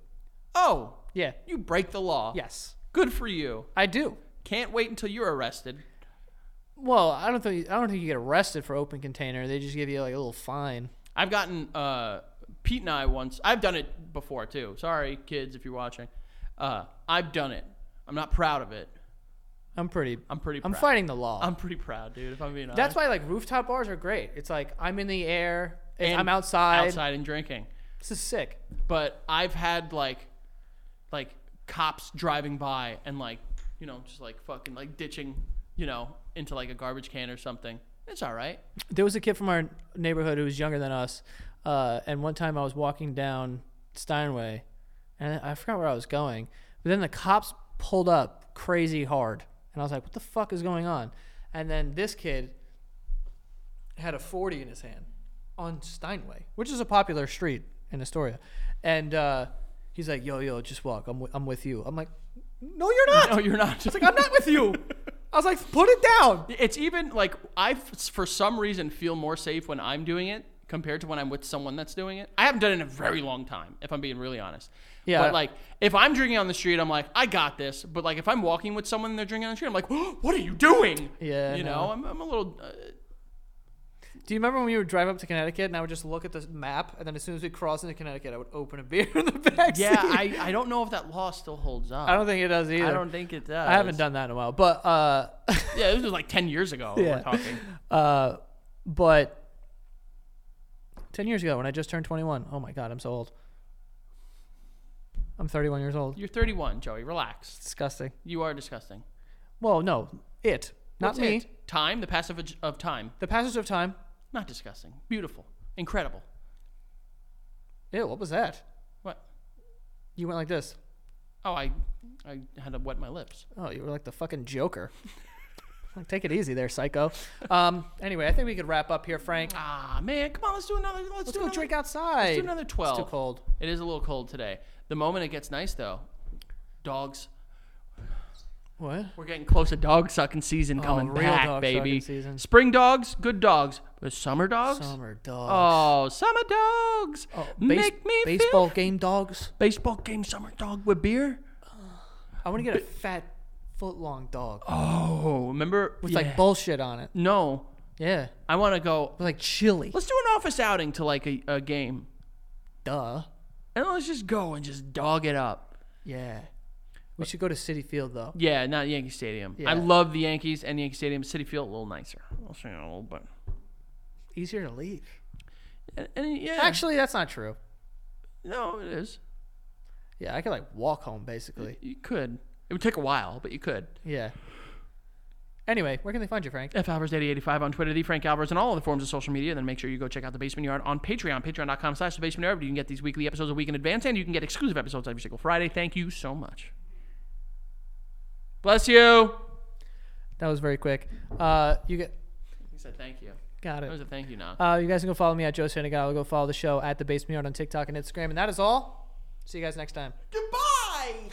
[SPEAKER 2] Oh,
[SPEAKER 1] Yeah.
[SPEAKER 2] you break the law.
[SPEAKER 1] Yes.
[SPEAKER 2] Good for you.
[SPEAKER 1] I do.
[SPEAKER 2] Can't wait until you're arrested.
[SPEAKER 1] Well, I don't think I don't think you get arrested for open container. They just give you like a little fine.
[SPEAKER 2] I've gotten uh, Pete and I once. I've done it before too. Sorry, kids, if you're watching. Uh, I've done it. I'm not proud of it.
[SPEAKER 1] I'm pretty.
[SPEAKER 2] I'm pretty. Proud.
[SPEAKER 1] I'm fighting the law.
[SPEAKER 2] I'm pretty proud, dude. If I'm being honest.
[SPEAKER 1] That's why like rooftop bars are great. It's like I'm in the air. it's-
[SPEAKER 2] And
[SPEAKER 1] I'm outside.
[SPEAKER 2] outside and drinking.
[SPEAKER 1] This is sick.
[SPEAKER 2] But I've had like, like cops driving by and like, you know, just like fucking like ditching, you know, into like a garbage can or something. It's all right.
[SPEAKER 1] There was a kid from our neighborhood who was younger than us, uh, and one time I was walking down Steinway, and I forgot where I was going. But then the cops pulled up crazy hard, and I was like, "What the fuck is going on?" And then this kid had a forty in his hand on Steinway, which is a popular street in Astoria, and uh, he's like, "Yo, yo, just walk. I'm, w- I'm with you." I'm like, "No, you're not.
[SPEAKER 2] No, you're not.
[SPEAKER 1] It's like I'm not with you." I was like, "Put it down."
[SPEAKER 2] It's even like I, f- for some reason, feel more safe when I'm doing it compared to when I'm with someone that's doing it. I haven't done it in a very long time, if I'm being really honest.
[SPEAKER 1] Yeah.
[SPEAKER 2] But like, if I'm drinking on the street, I'm like, I got this. But like, if I'm walking with someone and they're drinking on the street, I'm like, what are you doing?
[SPEAKER 1] Yeah,
[SPEAKER 2] You
[SPEAKER 1] no.
[SPEAKER 2] know, I'm, I'm a little.
[SPEAKER 1] [laughs]
[SPEAKER 2] Uh,
[SPEAKER 1] Do you remember when we would drive up to Connecticut and I would just look at the map and then as soon as we crossed into Connecticut, I would open a [laughs] beer in the back
[SPEAKER 2] yeah, I, I don't know if that law still holds up.
[SPEAKER 1] I don't think it does either.
[SPEAKER 2] I don't think it does.
[SPEAKER 1] I haven't done that in a while, but uh, [laughs]
[SPEAKER 2] Yeah, this was like ten years ago.
[SPEAKER 1] Yeah.
[SPEAKER 2] We're talking. [laughs]
[SPEAKER 1] uh, but ten years ago when I just turned twenty-one. Oh my god, I'm so old. I'm thirty-one years old.
[SPEAKER 2] You're 31, Joey. Relax.
[SPEAKER 1] Disgusting.
[SPEAKER 2] You are disgusting.
[SPEAKER 1] Well, no, it, not
[SPEAKER 2] What's
[SPEAKER 1] me.
[SPEAKER 2] it? Time, the passage of time.
[SPEAKER 1] The passage of time.
[SPEAKER 2] Not disgusting. Beautiful. Incredible.
[SPEAKER 1] Ew, what was that?
[SPEAKER 2] What?
[SPEAKER 1] You went like this.
[SPEAKER 2] Oh, I I had to wet my lips.
[SPEAKER 1] Oh, you were like the fucking Joker. [laughs] like, take it easy there, psycho. Um, anyway, I think we could wrap up here, Frank.
[SPEAKER 2] Ah, man, come on, let's do another. Let's,
[SPEAKER 1] Let's
[SPEAKER 2] do
[SPEAKER 1] go
[SPEAKER 2] another,
[SPEAKER 1] drink outside.
[SPEAKER 2] Let's do another twelve.
[SPEAKER 1] It's too cold.
[SPEAKER 2] It is a little cold today. The moment it gets nice, though, dogs.
[SPEAKER 1] What?
[SPEAKER 2] We're getting close to dog sucking season coming
[SPEAKER 1] Oh, real
[SPEAKER 2] back,
[SPEAKER 1] dog sucking
[SPEAKER 2] baby.
[SPEAKER 1] season.
[SPEAKER 2] Spring dogs, good dogs, but summer dogs.
[SPEAKER 1] Summer dogs.
[SPEAKER 2] Oh, summer dogs
[SPEAKER 1] Oh, base-
[SPEAKER 2] make me
[SPEAKER 1] baseball
[SPEAKER 2] feel.
[SPEAKER 1] game dogs.
[SPEAKER 2] Baseball game, summer dog with beer.
[SPEAKER 1] I want to
[SPEAKER 2] [laughs]
[SPEAKER 1] get a fat foot long dog
[SPEAKER 2] Oh, remember?
[SPEAKER 1] with
[SPEAKER 2] yeah.
[SPEAKER 1] like bullshit on it.
[SPEAKER 2] no,
[SPEAKER 1] Yeah,
[SPEAKER 2] I want to go.
[SPEAKER 1] with like chili.
[SPEAKER 2] Let's do an office outing to like a, a game.
[SPEAKER 1] Duh.
[SPEAKER 2] And let's just go and just dog it up.
[SPEAKER 1] Yeah. We should go to City Field though.
[SPEAKER 2] Yeah, not Yankee Stadium. I
[SPEAKER 1] Yeah.
[SPEAKER 2] love the Yankees and Yankee Stadium. City Field a little nicer. I'll say that a little bit.
[SPEAKER 1] Easier to leave.
[SPEAKER 2] And, and, yeah,
[SPEAKER 1] Actually, that's not true.
[SPEAKER 2] no, it is.
[SPEAKER 1] Yeah, I could like walk home basically.
[SPEAKER 2] You could. It would take a while, but you could.
[SPEAKER 1] Yeah. Anyway, where can they find you, Frank?
[SPEAKER 2] F Alvarez 8085 on Twitter, the Frank Alvarez, and all other forms of social media. Then make sure you go check out the Basement Yard on Patreon, patreon.com slash the Basement Yard. You can get these weekly episodes a week in advance, and you can get exclusive episodes every single Friday. Thank you so much. Bless you.
[SPEAKER 1] That was very quick. Uh, you get
[SPEAKER 2] He said thank you.
[SPEAKER 1] got
[SPEAKER 2] That was
[SPEAKER 1] it.
[SPEAKER 2] a thank you nod.
[SPEAKER 1] Uh, you guys can go follow me at Joe Sanigalo. Go follow the show at the Basement Yard on TikTok and Instagram. And that is all. See you guys next time.
[SPEAKER 2] Goodbye.